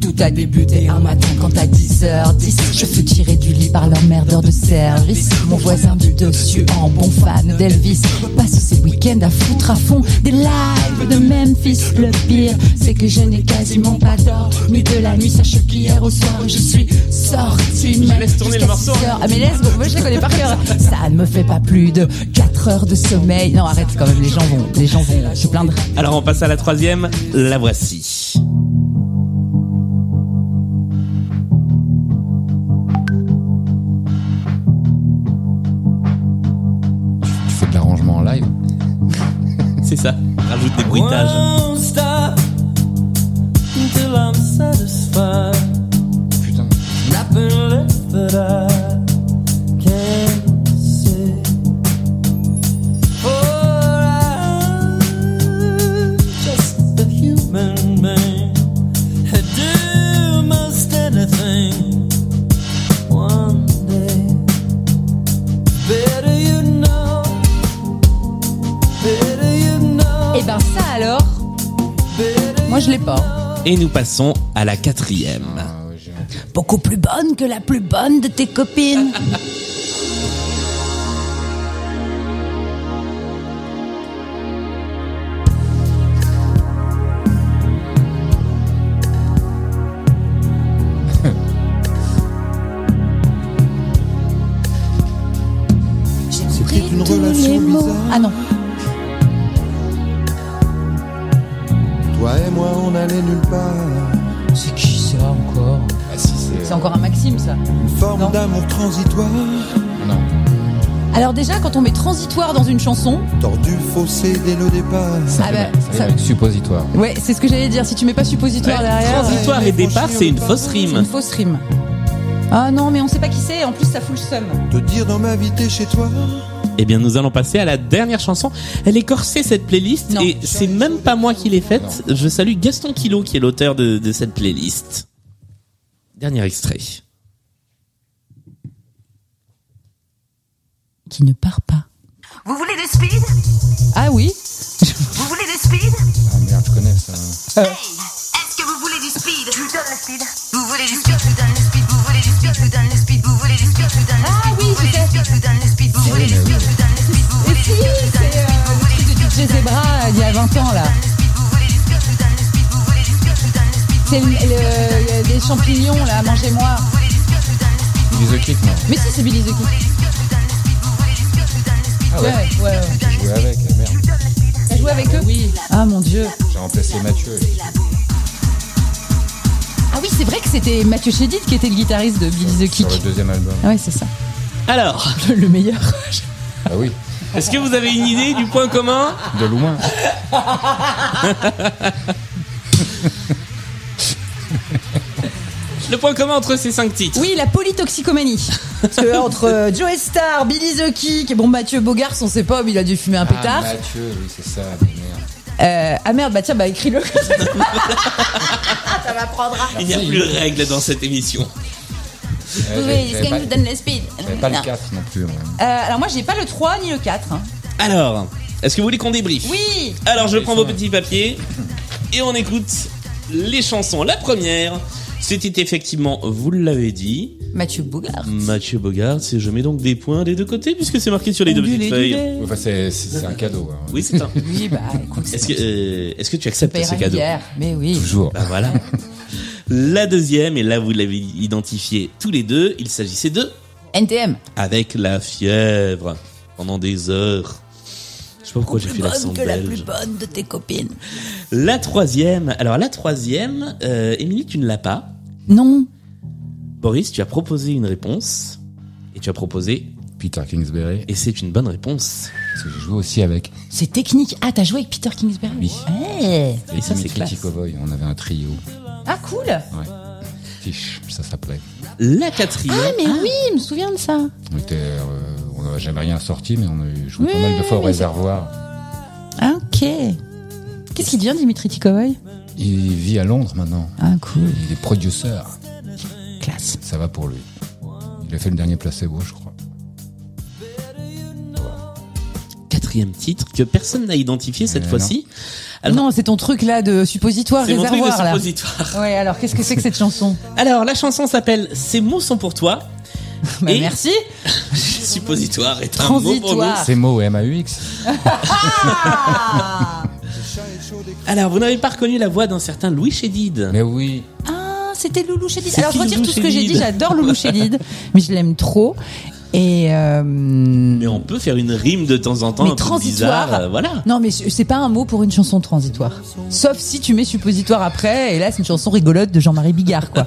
S2: Tout a débuté un matin quand à 10h10 Je fus tiré du lit par l'emmerdeur de service Mon voisin du dessus en bon fan d'Elvis Passe ses week-ends à foutre à fond des lives de Memphis Le pire c'est que je n'ai quasiment pas tort Nuit de la nuit sache qu'hier au soir je suis sorti Je laisse tourner le morceau Ah mais laisse, moi je la connais par cœur Ça ne me fait pas plus de 4 heures de sommeil Non arrête quand même, les gens vont, les gens vont se plaindre
S1: Alors on passe à la troisième. La voici.
S3: Tu fais de l'arrangement en live
S1: C'est ça. Rajoute des bruitages.
S3: Putain.
S2: Et ben ça alors Moi je l'ai pas
S1: Et nous passons à la quatrième.
S3: Ah, ouais, j'ai-
S2: Beaucoup plus bonne que la plus bonne de tes copines
S8: C'était une relation bizarre.
S2: Ah non,
S8: Toi et moi, on allait nulle part.
S2: c'est qui ça encore
S3: Ah si, c'est...
S2: C'est encore un Maxime ça.
S8: Une
S2: Non.
S8: forme d'amour transitoire.
S3: Non.
S2: Alors déjà quand on met transitoire dans une chanson,
S8: Tordu, faussé dès le départ.
S2: ah ben
S3: Ça vient
S2: ça-
S3: avec suppositoire.
S2: ouais c'est ce que j'allais dire. Si tu mets pas suppositoire
S1: Ouais,
S2: derrière, euh,
S1: Transitoire et départ, c'est une fausse
S2: c'est une
S1: rime.
S2: fausse rime. Ah non mais on sait pas qui c'est. En plus ça fout le seum.
S8: Te dire dans ma vie, t'es chez toi.
S1: Eh bien, nous allons passer à la dernière chanson. Elle est corsée, cette playlist,
S2: Non.
S1: et c'est même pas moi qui l'ai faite. Je salue Gaston Kilo, qui est l'auteur de, de cette playlist. Dernier extrait.
S2: Qui ne part pas.
S9: Vous voulez du speed
S2: Ah oui.
S9: Vous voulez du speed
S3: Ah merde, je connais ça.
S9: Est-ce que vous voulez du speed Je vous donne le speed. Vous voulez du speed Je vous donne le speed. Vous voulez du speed Je vous donne le speed. Vous voulez du speed Je vous donne le speed.
S2: oui,
S9: Vous voulez
S2: je sais.
S3: mais
S9: du speed Je vous donne le speed. Vous voulez du speed Je vous donne le speed. Vous
S2: Et
S9: voulez
S2: si
S9: du speed Je vous donne le
S2: c'est euh, le truc de DJ
S9: speed. Vous voulez
S2: Zebra euh, d'il y a 20 ans là.
S9: du speed. Vous voulez du speed Je vous donne le speed.
S2: C'est le, le- les champignons là, mangez-moi.
S3: Music non
S2: Mais si c'est Billy the Kid.
S3: Ah
S2: Ouais
S3: ouais,
S2: ouais. ouais.
S3: j'ai joué avec, ah, merde.
S2: T'as joué avec eux Oui. Ah mon dieu.
S3: J'ai remplacé Mathieu.
S2: Ah oui, c'est vrai que c'était Mathieu Chédid qui était le guitariste de Billy the Kick.
S3: Sur le deuxième album.
S2: Ah ouais, c'est ça.
S1: Alors,
S2: Le, le meilleur.
S3: Ah oui,
S1: est-ce que vous avez une idée du point commun
S3: de loin.
S1: Le point commun entre ces cinq titres.
S2: Oui, la polytoxicomanie. Parce que entre euh, Joe Star, Billy the Kick et bon Mathieu Bogart, on sait pas, mais il a dû fumer un pétard.
S3: Ah, Mathieu, oui, c'est ça, mais merde.
S2: Euh, ah merde, bah tiens, bah écris-le. ça m'apprendra.
S1: Il n'y a plus de règles dans cette émission.
S3: Euh,
S9: Oui,
S3: j'avais
S9: je vous
S3: pas-
S9: donne le speed.
S3: j'avais pas le 4 non plus. moi.
S2: Euh, alors moi, j'ai pas le 3 ni le 4. hein.
S1: Alors, est-ce que vous voulez qu'on débriefe
S2: Oui
S1: Alors je prends vos petits papiers et on écoute les chansons. La première, C'était effectivement, vous l'avez dit,
S2: Mathieu Bougard.
S1: Mathieu Bogart. Et je mets donc des points des deux côtés puisque c'est marqué sur les deux petites feuilles.
S3: Enfin, c'est- c'est c'est un cadeau. hein.
S1: Oui, c'est un.
S2: Oui, bah écoute,
S1: Est-ce que, euh, est-ce que tu acceptes
S2: paiera
S1: ce
S2: une
S1: cadeau
S2: bière, mais oui.
S3: Toujours.
S1: Bah voilà. La deuxième, et là vous l'avez identifié tous les deux, il s'agissait de
S2: NTM.
S1: Avec la fièvre pendant des heures. Je sais pas pourquoi j'ai fait l'accent
S2: que la
S1: belge.
S2: plus bonne de tes copines.
S1: La troisième, alors la troisième, euh, Émilie, tu ne l'as pas.
S2: Non.
S1: Boris, tu as proposé une réponse. Et tu as proposé,
S3: Peter Kingsbury,
S1: et c'est une bonne réponse.
S3: parce que j'ai joué aussi avec.
S2: C'est technique. Ah, t'as joué avec Peter Kingsbury
S3: Oui.
S2: Ouais.
S1: Et ça, c'est
S3: Dimitri
S1: classe.
S3: Tikovoy, on avait un trio.
S2: Ah, cool.
S3: Fiche, ça s'appelait.
S1: La quatrième,
S10: Ah, mais oui, je me souviens de ça.
S3: On était, euh, on n'a jamais rien sorti, mais on a eu joué pas mal de fois au réservoir.
S2: Ah, ok. Qu'est-ce qu'il devient, Dimitri Tikovoy
S3: Il vit à Londres maintenant.
S2: Ah, cool.
S3: Il est producteur.
S2: Classe.
S3: Ça va pour lui. Il a fait le dernier placebo, je crois.
S1: quatrième titre que personne n'a identifié cette
S3: Euh,
S1: fois-ci. Alors-
S2: Ah non, c'est ton truc là de suppositoire
S1: C'est mon
S2: réservoir
S1: truc de
S2: là.
S1: suppositoire.
S2: Ouais, alors qu'est-ce que c'est que cette chanson
S1: Alors, la chanson s'appelle Ces mots sont pour toi.
S2: Bah,
S1: Et-
S2: Merci.
S1: Suppositoire est un mot pour nous.
S2: Transitoire.
S3: C'est Mo MAUX.
S2: Ah,
S1: Alors, vous n'avez pas reconnu la voix d'un certain Louis Chédid.
S3: Mais oui.
S2: Ah, c'était Loulou Chédid.
S1: C'est
S2: Alors
S1: qui,
S2: je retire
S1: Loulou
S2: tout ce que j'ai
S1: Chédid
S2: dit. J'adore Loulou Chédid, mais je l'aime trop. Et euh,
S1: Mais on peut faire une rime de temps en temps
S2: Mais
S1: un peu
S2: transitoire.
S1: bizarre, euh, voilà.
S2: non, mais c'est pas un mot pour une chanson transitoire. Sauf si tu mets suppositoire après. Et là, c'est une chanson rigolote de Jean-Marie Bigard, quoi.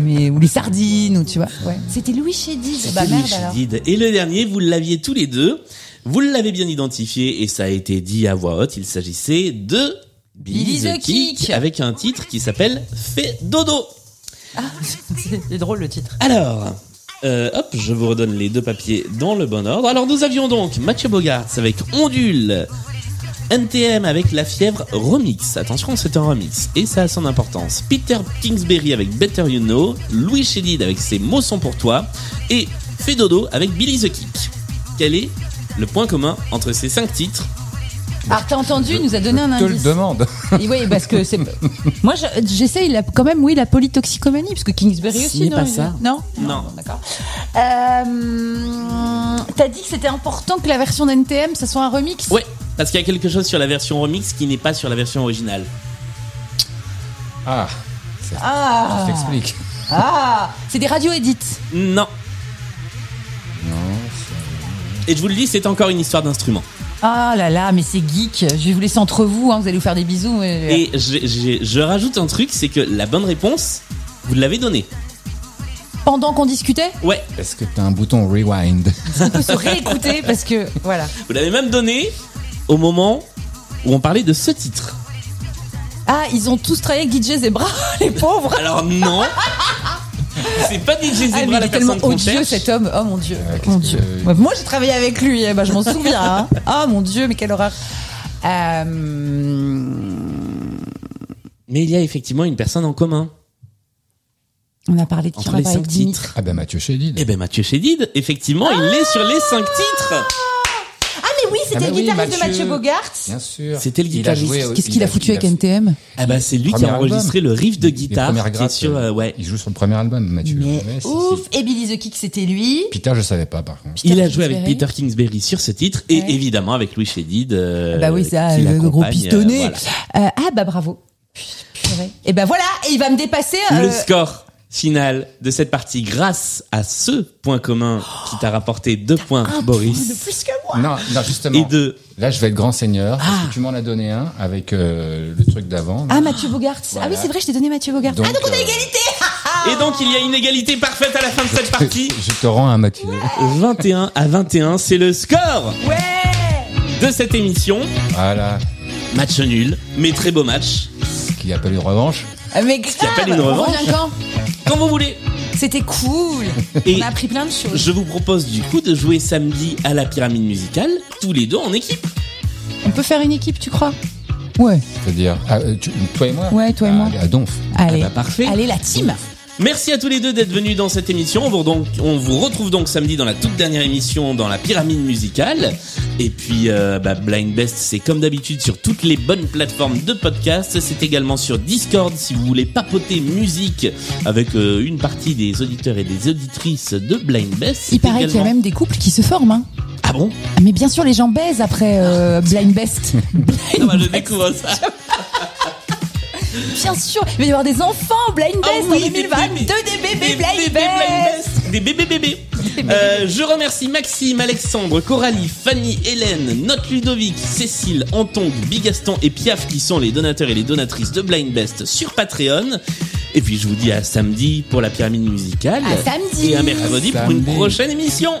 S2: mais ou les sardines, ou tu vois. Ouais.
S10: C'était Louis Chédid.
S2: bah,
S1: Louis Chédid. Et le dernier, vous l'aviez tous les deux. Vous l'avez bien identifié et ça a été dit à voix haute. Il s'agissait de
S2: Billy the Kick.
S1: avec un titre qui s'appelle Fais dodo.
S2: C'est drôle le titre.
S1: Alors, euh, hop, je vous redonne les deux papiers dans le bon ordre. Alors, nous avions donc Mathieu Bogart avec Ondule, NTM avec La Fièvre Remix. Attention, c'est un remix et ça a son importance. Peter Kingsbury avec Better You Know, Louis Chédid avec Ses mots sont pour toi et Fedodo avec Billy the Kick. Quel est le point commun entre ces cinq titres
S2: Alors t'as entendu, il nous a donné un
S3: Je te le
S2: indice.
S3: demande.
S2: Et oui, parce que c'est. Moi, je- j'essaye la- quand même, oui, la polytoxicomanie, parce que Kingsbury
S1: Ce
S2: aussi.
S1: n'est
S2: non,
S1: pas
S2: il-
S1: ça.
S2: Non. Ah,
S1: Non.
S2: bon, D'accord. Euh, T'as dit que c'était important que la version d'NTM, ça soit un remix.
S1: Ouais, parce qu'il y a quelque chose sur la version remix qui n'est pas sur la version originale.
S3: Ah, je
S2: Ah.
S3: t'explique.
S2: Ah. C'est des radios édites.
S1: Non.
S3: Non,
S1: Et je vous le dis, c'est encore une histoire d'instrument.
S2: Ah là là, mais c'est geek. Je vous laisse entre vous. hein, vous allez vous faire des bisous. mais-
S1: Et je, je- je rajoute un truc, c'est que la bonne réponse, vous l'avez donnée.
S2: Pendant qu'on discutait,
S1: Ouais,
S3: c'est- Est-ce que t'as un bouton rewind
S2: on peut se réécouter parce que voilà.
S1: vous l'avez même donnée au moment où on parlait de ce titre.
S2: Ah, ils ont tous travaillé avec DJ Zebra, les pauvres.
S1: Alors non, c'est pas DJ
S2: Ah,
S1: Zebra
S2: mais il
S1: la
S2: est tellement
S1: personne qu'on
S2: odieux
S1: cherche.
S2: cet homme. Oh mon dieu.
S3: qu'est-ce
S2: mon
S3: que-
S2: dieu. Ouais, moi j'ai travaillé avec lui, eh ben, je m'en souviens. hein. Oh mon dieu, mais quelle horreur. Euh,
S1: Mais il y a effectivement une personne en commun
S2: on a parlé de qui
S1: entre
S2: on a
S1: les
S2: parlé
S1: cinq
S2: de Dimitri.
S1: titres.
S3: Ah ben Mathieu Chédid.
S1: Eh ben Mathieu Chédid, effectivement, il est sur les cinq titres.
S2: Ah mais oui,
S3: Ah,
S2: c'était
S3: mais
S2: le
S3: oui,
S2: guitariste de
S3: Mathieu.
S2: Mathieu Bogart.
S3: Bien sûr.
S1: C'était le
S3: Il a
S1: guitariste.
S3: joué au-
S2: Qu'est-ce qu'il a foutu
S3: il
S2: avec NTM
S1: Ah bah c'est lui qui
S3: Premier
S1: a enregistré
S3: album.
S1: le riff de
S3: Les
S1: guitare
S3: premières
S1: qui est
S3: grattes,
S1: sur euh, ouais.
S3: Il joue son premier album, Mathieu.
S2: Mais
S3: Ouais, si,
S2: ouf.
S3: si.
S2: Et Billy the Kick, c'était lui.
S3: Peter, je savais pas par contre.
S2: Peter
S1: il a joué avec
S2: Kingsbury.
S1: Peter Kingsbury sur ce titre et
S2: Ouais.
S1: évidemment avec Louis Chédid. euh,
S2: Ah bah oui, ça,
S1: qui
S2: le gros
S1: l'accompagne, euh,
S2: pistonné.
S1: voilà.
S2: Euh, ah bah bravo. Et ben voilà, et il va me dépasser.
S1: Le
S2: euh,
S1: score final de cette partie, grâce à ce point commun qui t'a rapporté deux points, Boris,
S3: Non, non, justement.
S1: et deux.
S3: Là, je vais être grand seigneur. Parce que tu m'en as donné un avec euh, le truc d'avant.
S2: Ah Mathieu Bogart. Ah
S3: Voilà.
S2: oui, c'est vrai, je t'ai donné Mathieu Bogart.
S3: Donc,
S2: ah donc on a
S3: euh,
S2: égalité. Ah.
S1: Et donc, il y a une égalité parfaite à la fin de cette partie.
S3: Je te rends un Mathieu.
S1: 21 à 21, c'est le score
S2: Ouais.
S1: de cette émission.
S3: Voilà.
S1: Match nul, mais très beau match.
S3: Qui appelle une revanche.
S2: Ah, Mais
S1: qu'il appelle
S2: grave,
S1: une
S2: on
S1: revanche.
S2: revient quand
S1: Quand vous voulez.
S2: C'était cool.
S1: Et
S2: On a appris plein de choses.
S1: je vous propose du coup de jouer samedi à la pyramide musicale, tous les deux en équipe.
S10: On peut faire une équipe, tu crois
S2: Ouais.
S3: C'est-à-dire, ah, euh, tu- toi et moi
S2: Ouais, toi et moi.
S3: À, à Donf.
S2: Allez.
S1: Ah bah, parfait.
S2: Allez la team.
S1: Merci à tous les deux d'être venus dans cette émission. On vous, donc, on vous retrouve donc samedi dans la toute dernière émission dans la pyramide musicale. Et puis, euh, bah, Blind Best, c'est comme d'habitude sur toutes les bonnes plateformes de podcast. C'est également sur Discord si vous voulez papoter musique avec euh, une partie des auditeurs et des auditrices de Blind Best. C'est
S2: Il paraît qu'il y a
S1: également-
S2: même des couples qui se forment. Hein.
S1: Ah bon
S2: Ah, Mais bien sûr, les gens baisent après euh, Blind Best.
S1: On va le découvrir bah, ça.
S2: bien sûr, il va y avoir des enfants Blind
S1: Ah
S2: Best
S1: oui,
S2: en
S1: des
S2: 2022, des bébés Blind
S1: Blind
S2: Best.
S1: Best. Des bébés bébés. Euh, je remercie Maxime, Alexandre, Coralie, Fanny, Hélène, Note Ludovic, Cécile, Anton, Bigaston et Piaf qui sont les donateurs et les donatrices de Blind Best sur Patreon. Et puis je vous dis à samedi pour la pyramide musicale.
S2: À samedi.
S1: Et à mercredi pour une
S3: Samedi.
S1: prochaine émission.